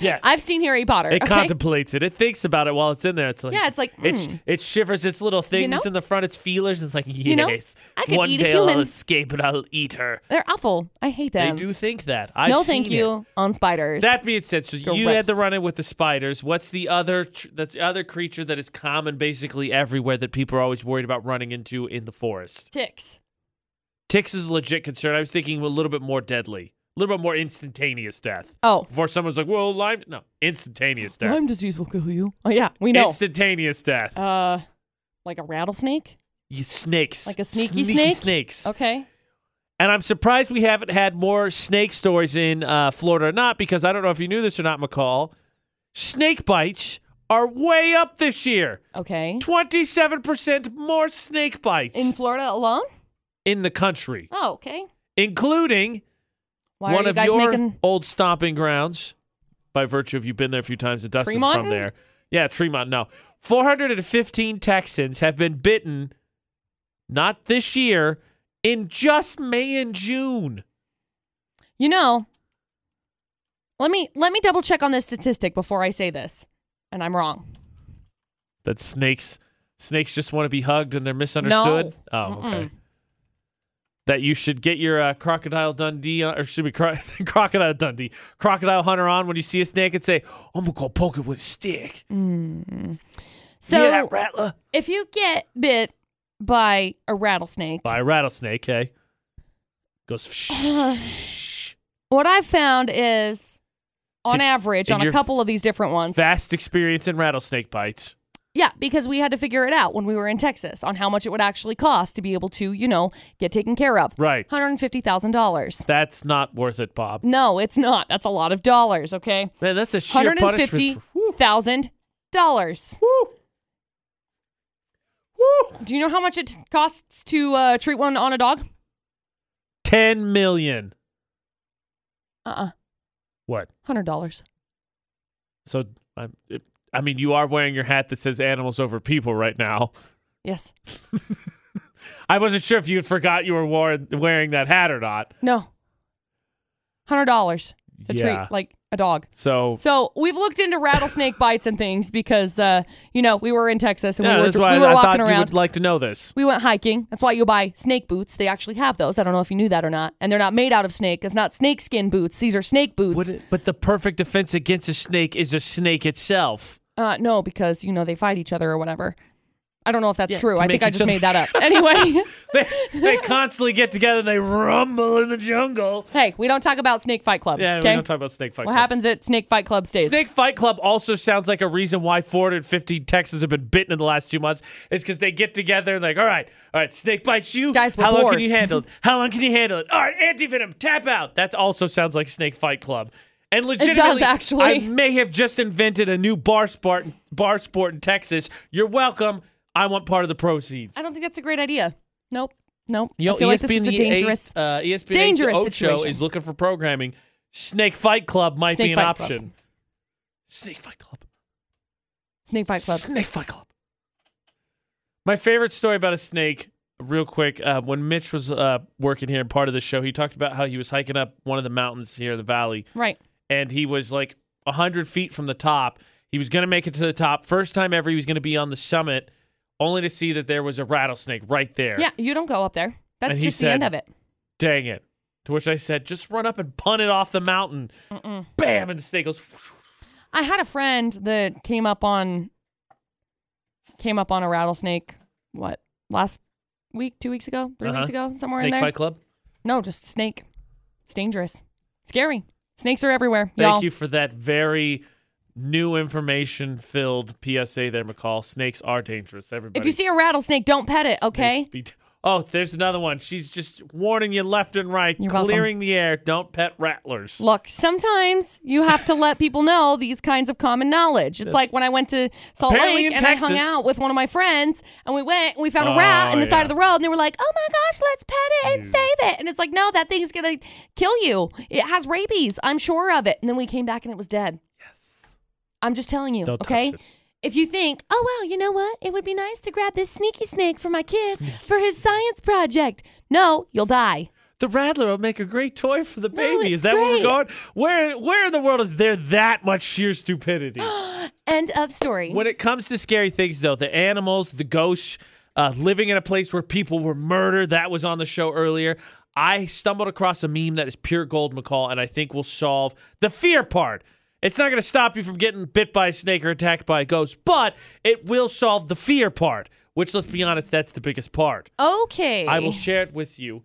A: Yes.
B: I've seen Harry Potter.
A: it
B: okay?
A: contemplates it. It thinks about it while it's in there. It's like
B: Yeah, it's like,
A: it, sh-
B: mm.
A: it shivers its little things
B: know?
A: in the front, its feelers. It's like yes,
B: know, I could
A: one
B: eat a
A: day I'll
B: human."
A: escape and I'll eat her.
B: They're awful. I hate them.
A: They do think that. I've
B: no, thank
A: seen it.
B: you on spiders.
A: That being said, so you
B: Correct.
A: had the run-in with the spiders. What's the other tr- that's the other creature that is common basically everywhere that people are always worried about running into in the forest?
B: ticks.
A: Ticks is a legit concern. I was thinking a little bit more deadly, a little bit more instantaneous death.
B: Oh,
A: Before someone's like, "Well, Lyme," no, instantaneous death.
B: Lyme disease will kill you. Oh yeah, we know.
A: Instantaneous death.
B: uh, like a rattlesnake.
A: You snakes.
B: Like a sneaky
A: Sneaky
B: snake?
A: snakes.
B: Okay.
A: And I'm surprised we haven't had more snake stories in uh, Florida or not, because I don't know if you knew this or not, McCall. Snake bites are way up this year.
B: Okay.
A: 27% more snake bites
B: In Florida alone?
A: in the country,
B: Oh, okay.
A: including
B: Why
A: one
B: are you
A: of
B: guys
A: your
B: making?
A: old stomping grounds by virtue of you've been there a few times and Dustin's from
B: Tremont?
A: there. Yeah, Tremont, no. 415 Texans have been bitten, not this year, in just May and June.
B: You know. Let me let me double check on this statistic before I say this, and I'm wrong.
A: That snakes snakes just want to be hugged and they're misunderstood.
B: No.
A: Oh, okay.
B: Mm-mm.
A: That you should get your uh, crocodile Dundee on, or should be cro- crocodile Dundee, crocodile hunter on when you see a snake and say, "I'm gonna go poke it with a stick."
B: So
A: yeah, that rattler
B: if you get bit by a rattlesnake,
A: by a rattlesnake. Hey, goes. shh.
B: what I've found is, on
A: And-
B: average,
A: and
B: on a
A: you're-
B: couple of these different ones,
A: Vast experience in rattlesnake bites.
B: Yeah, because we had to figure it out when we were in Texas on how much it would actually cost to be able to, you know, get taken care of.
A: Right.
B: $150,000.
A: That's not worth it, Bob.
B: No, it's not. That's a lot of dollars, okay?
A: Man, that's a sheer punishment.
B: $150,000.
A: Woo. Woo.
B: Do you know how much it costs to uh, treat one on a dog?
A: Ten million.
B: Uh uh
A: What?
B: $100.
A: So, I, it- I mean, you are wearing your hat that says "animals over people" right now.
B: Yes.
A: I wasn't sure if you had forgot you were war- wearing that hat or not.
B: No. $100 to
A: Yeah.
B: treat like a dog.
A: So,
B: So we've looked into rattlesnake bites and things because, uh, you know, we were in Texas and
A: yeah,
B: we were,
A: that's why
B: we were
A: I, I
B: walking
A: thought
B: around.
A: you would like to know this.
B: We went hiking. That's why you buy snake boots. They actually have those. I don't know if you knew that or not. And they're not made out of snake. It's not snake skin boots. These are snake boots.
A: but the perfect defense against a snake is a snake itself.
B: uh, no, because you know they fight each other or whatever. I don't know if that's
A: Yeah,
B: true.
A: to
B: I
A: make
B: think I
A: each
B: just
A: other-
B: made that up. Anyway,
A: They, they constantly get together and they rumble in the jungle.
B: hey, we don't talk about Snake Fight Club.
A: Yeah,
B: okay?
A: we don't talk about Snake Fight
B: what
A: Club.
B: happens at Snake Fight Club stays.
A: Snake Fight Club also sounds like a reason why 450 Texans have been bitten in the last two months is because they get together and like, all right, all right, snake bites you.
B: Guys, we're
A: how long can
B: bored."
A: you handle it? How long can you handle it? All right, anti venom, tap out. That also sounds like Snake Fight Club. And legitimately,
B: actually.
A: I may have just invented a new bar sport, bar sport in Texas. You're welcome. I want part of the proceeds.
B: I don't think that's a great idea. Nope. Nope.
A: You know,
B: I feel like this
A: ESPN
B: is a
A: the eight-
B: dangerous.
A: uh, ESPN
B: dangerous
A: Ocho
B: situation.
A: is looking for programming. Snake Fight Club might
B: Snake
A: be an
B: Fight Club.
A: option. Snake Fight Club.
B: Snake Fight Club.
A: Snake Fight Club. My favorite story about a snake, real quick. Uh, when Mitch was uh, working here, and part of the show, he talked about how he was hiking up one of the mountains here, the valley,
B: Right.
A: and he was like 100 feet from the top. He was going to make it to the top. First time ever, he was going to be on the summit, only to see that there was a rattlesnake right there.
B: Yeah, you don't go up there. That's
A: And he
B: just the end
A: said-
B: of it.
A: Dang it. To which I said, just run up and punt it off the mountain. Bam! And the snake goes,
B: I had a friend that came up on came up on a rattlesnake. What last week? Two weeks ago? 3 weeks ago? Somewhere
A: Uh-huh.
B: in
A: Snake
B: there.
A: Fight Club.
B: No, just snake. It's dangerous. Scary. Snakes are everywhere.
A: Thank
B: y'all.
A: you for that very new information filled PSA there, McCall. Snakes are dangerous, everybody.
B: If you see a rattlesnake, don't pet it. Okay.
A: Snakes be- oh, there's another one. She's just warning you left and right,
B: You're welcome.
A: clearing the air. Don't pet rattlers.
B: Look, sometimes you have to let people know these kinds of common knowledge. It's like when I went to Salt
A: Apparently
B: Lake
A: in
B: and I hung
A: Texas-
B: out with one of my friends, and we went and we found
A: Oh,
B: a rat in the
A: yeah.
B: side of the road, and they were like, "Oh my gosh, let's pet it and save it." And it's like, no, that thing's gonna kill you. It has rabies. I'm sure of it. And then we came back and it was dead. Yes. I'm just telling you.
A: Don't touch
B: okay.
A: it.
B: If you think, oh well, you know what? It would be nice to grab this sneaky snake for my kid for his science project. No, you'll die.
A: The rattler will make a great toy for the baby. is
B: it's
A: that where we're
B: great.
A: going? Where where in the world is there that much sheer stupidity?
B: End of story.
A: When it comes to scary things, though, the animals, the ghosts, uh, living in a place where people were murdered, that was on the show earlier. I stumbled across a meme that is pure gold, McCall, and I think will solve the fear part. It's not going to stop you from getting bit by a snake or attacked by a ghost, but it will solve the fear part, which, let's be honest, that's the biggest part.
B: okay.
A: I will share it with you.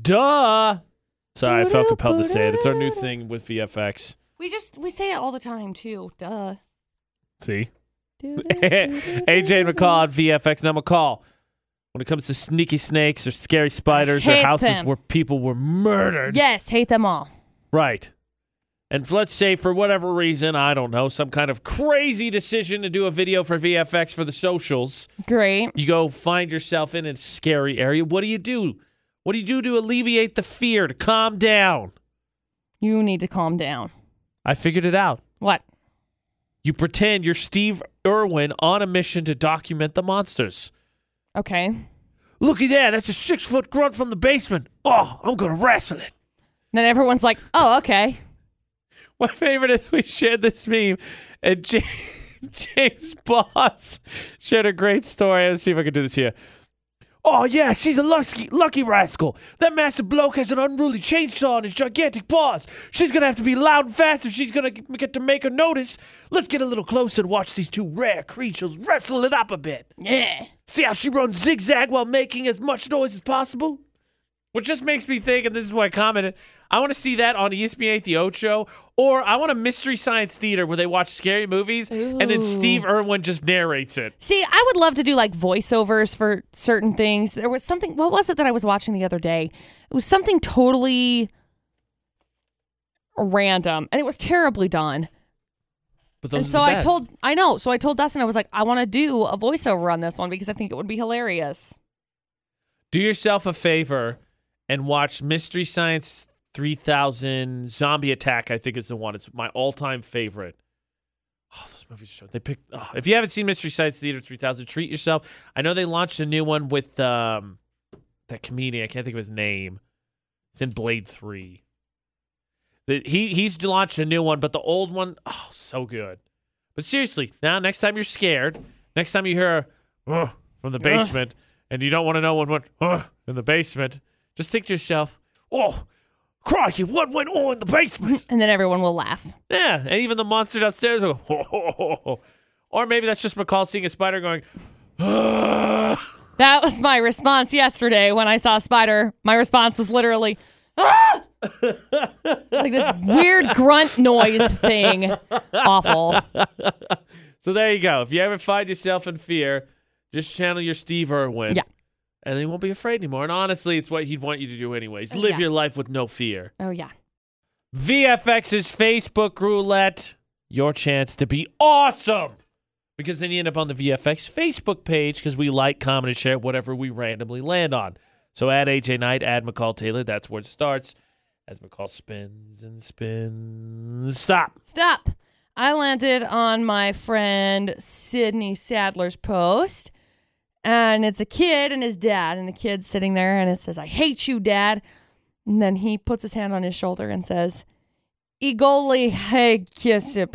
A: Duh. Sorry, I felt compelled to say it. It's our new thing with VFX.
B: We just we say it all the time too. Duh.
A: See?
B: Do, do, do, do,
A: AJ
B: do,
A: and McCall on VFX. Now, McCall, when it comes to sneaky snakes or scary spiders or
B: Hate
A: houses
B: them.
A: where people were
B: do.
A: murdered.
B: Yes, hate them all.
A: Right. And let's say for whatever reason, I don't know, some kind of crazy decision to do a video for VFX for the socials.
B: Great.
A: You go find yourself in a scary area. What do you do? What do you do to alleviate the fear, to calm down?
B: You need to calm down.
A: I figured it out.
B: What?
A: You pretend you're Steve Irwin on a mission to document the monsters.
B: Okay.
A: Looky there, that's a six foot grunt from the basement. Oh, I'm gonna wrestle it.
B: Then everyone's like, "Oh, okay."
A: My favorite is we shared this meme, and Ja- James Boss shared a great story. Let's see if I can do this here. Oh yeah, she's a lucky, lucky rascal. That massive bloke has an unruly chainsaw on his gigantic paws. She's gonna have to be loud and fast if she's gonna get to make her notice. Let's get a little closer and watch these two rare creatures wrestle it up a bit.
B: Yeah.
A: See how she runs zigzag while making as much noise as possible? Which just makes me think, and this is why I commented, I want to see that on E ESPN The Ocho, or I want a Mystery Science Theater where they watch scary movies and then
B: Ooh.
A: Steve Irwin just narrates it.
B: See, I would love to do like voiceovers for certain things. There was something. What was it that I was watching the other day? It was something totally random, and it was terribly done.
A: But
B: and so I told, I know. So I told Dustin, I was like, I want to do a voiceover on this one because I think it would be hilarious.
A: do yourself a favor and watch Mystery Science 3000 Zombie Attack, I think is the one. It's my all time favorite. Oh, those movies are so. They picked. Oh, if you haven't seen Mystery Science Theater 3000, treat yourself. I know they launched a new one with um, that comedian. I can't think of his name. It's in Blade 3. The- He He's launched a new one, but the old one, oh, so good. But seriously, now next time you're scared, next time you hear "Ugh," from the basement, and you don't want to know what went "Ugh," in the basement, just think to yourself, oh, crikey, what went on in the basement?
B: And then everyone will laugh.
A: yeah, and even the monster downstairs will go, "Oh." or maybe that's just McCall seeing a spider going, "Ugh."
B: That was my response yesterday when I saw a spider. My response was literally, ah! like this weird grunt noise thing. Awful.
A: so there you go. If you ever find yourself in fear, just channel your Steve Irwin.
B: Yeah.
A: And then you won't be afraid anymore. And honestly, it's what he'd want you to do anyways. Live
B: Yeah.
A: your life with no fear.
B: Oh, yeah.
A: VFX's Facebook roulette. Your chance to be awesome. Because then you end up on the VFX Facebook page because we like, comment, and share whatever we randomly land on. So add AJ Knight, add McCall Taylor. That's where it starts. As McCall spins and spins. Stop.
B: Stop. I landed on my friend Sydney Sadler's post, and it's a kid and his dad, and the kid's sitting there, and it says, "I hate you, dad." And then he puts his hand on his shoulder and says, "Igoli hey kissip."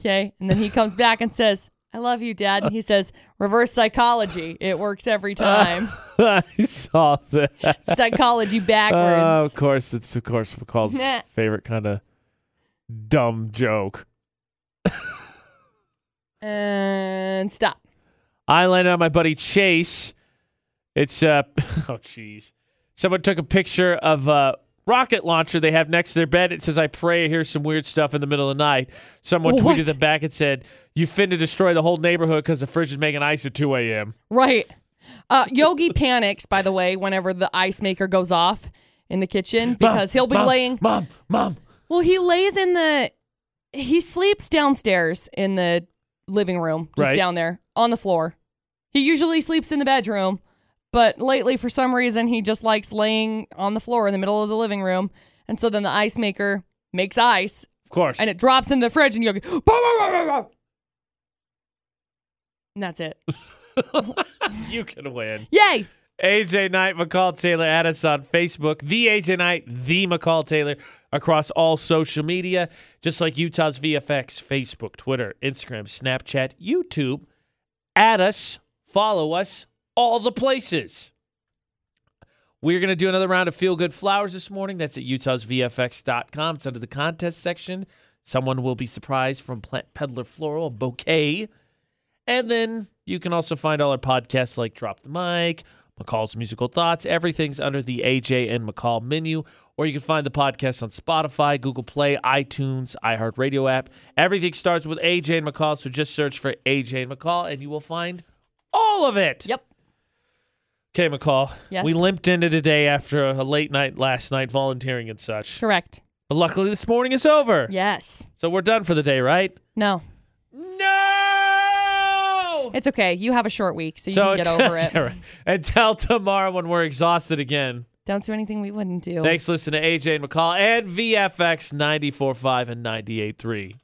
B: Okay, and then he comes back and says, "I love you, dad." And he says, "Reverse psychology. It works every time.
A: I saw that.
B: psychology
A: Uh, of
B: backwards."
A: course, it's of course McCall's
B: Nah.
A: favorite kind of dumb joke.
B: and stop.
A: I landed on my buddy Chase. It's uh oh jeez. Someone took a picture of a rocket launcher they have next to their bed. It says, "I pray I hear some weird stuff in the middle of the night." Someone
B: What?
A: tweeted them back and said, "You finna destroy the whole neighborhood because the fridge is making ice at 2 a.m."
B: Right. Uh, Yogi panics, by the way, whenever the ice maker goes off in the kitchen
A: Mom,
B: because he'll be
A: mom,
B: laying.
A: Mom, mom.
B: Well, he lays in the. He sleeps downstairs in the living room, just
A: Right.
B: down there on the floor. He usually sleeps in the bedroom, but lately, for some reason, he just likes laying on the floor in the middle of the living room. And so then the ice maker makes ice
A: Of course.
B: and it drops in the fridge, and Yogi. And that's it.
A: you can win.
B: Yay!
A: AJ Knight, McCall Taylor, at us on Facebook, the AJ Knight, the McCall Taylor, across all social media, just like Utah's VFX, Facebook, Twitter, Instagram, Snapchat, YouTube. At us, follow us, all the places. We're going to do another round of Feel Good Flowers this morning. That's at utahsvfx.com. It's under the contest section. Someone will be surprised from Plant Peddler Floral, a bouquet. And then you can also find all our podcasts like Drop the Mic, McCall's Musical Thoughts. Everything's under the AJ and McCall menu. Or you can find the podcast on Spotify, Google Play, iTunes, iHeartRadio app. Everything starts with AJ and McCall, so just search for AJ and McCall and you will find all of it.
B: Yep.
A: Okay, McCall.
B: Yes.
A: We limped into today after a late night last night volunteering and such.
B: Correct.
A: But luckily this morning is over.
B: Yes.
A: So we're done for the day, right?
B: No.
A: No!
B: It's okay. You have a short week, so you can get
A: until-
B: over it.
A: yeah, right. Until tomorrow when we're exhausted again.
B: Don't do anything we wouldn't do.
A: Thanks for listening to AJ and McCall and VFX 94.5 and 98.3.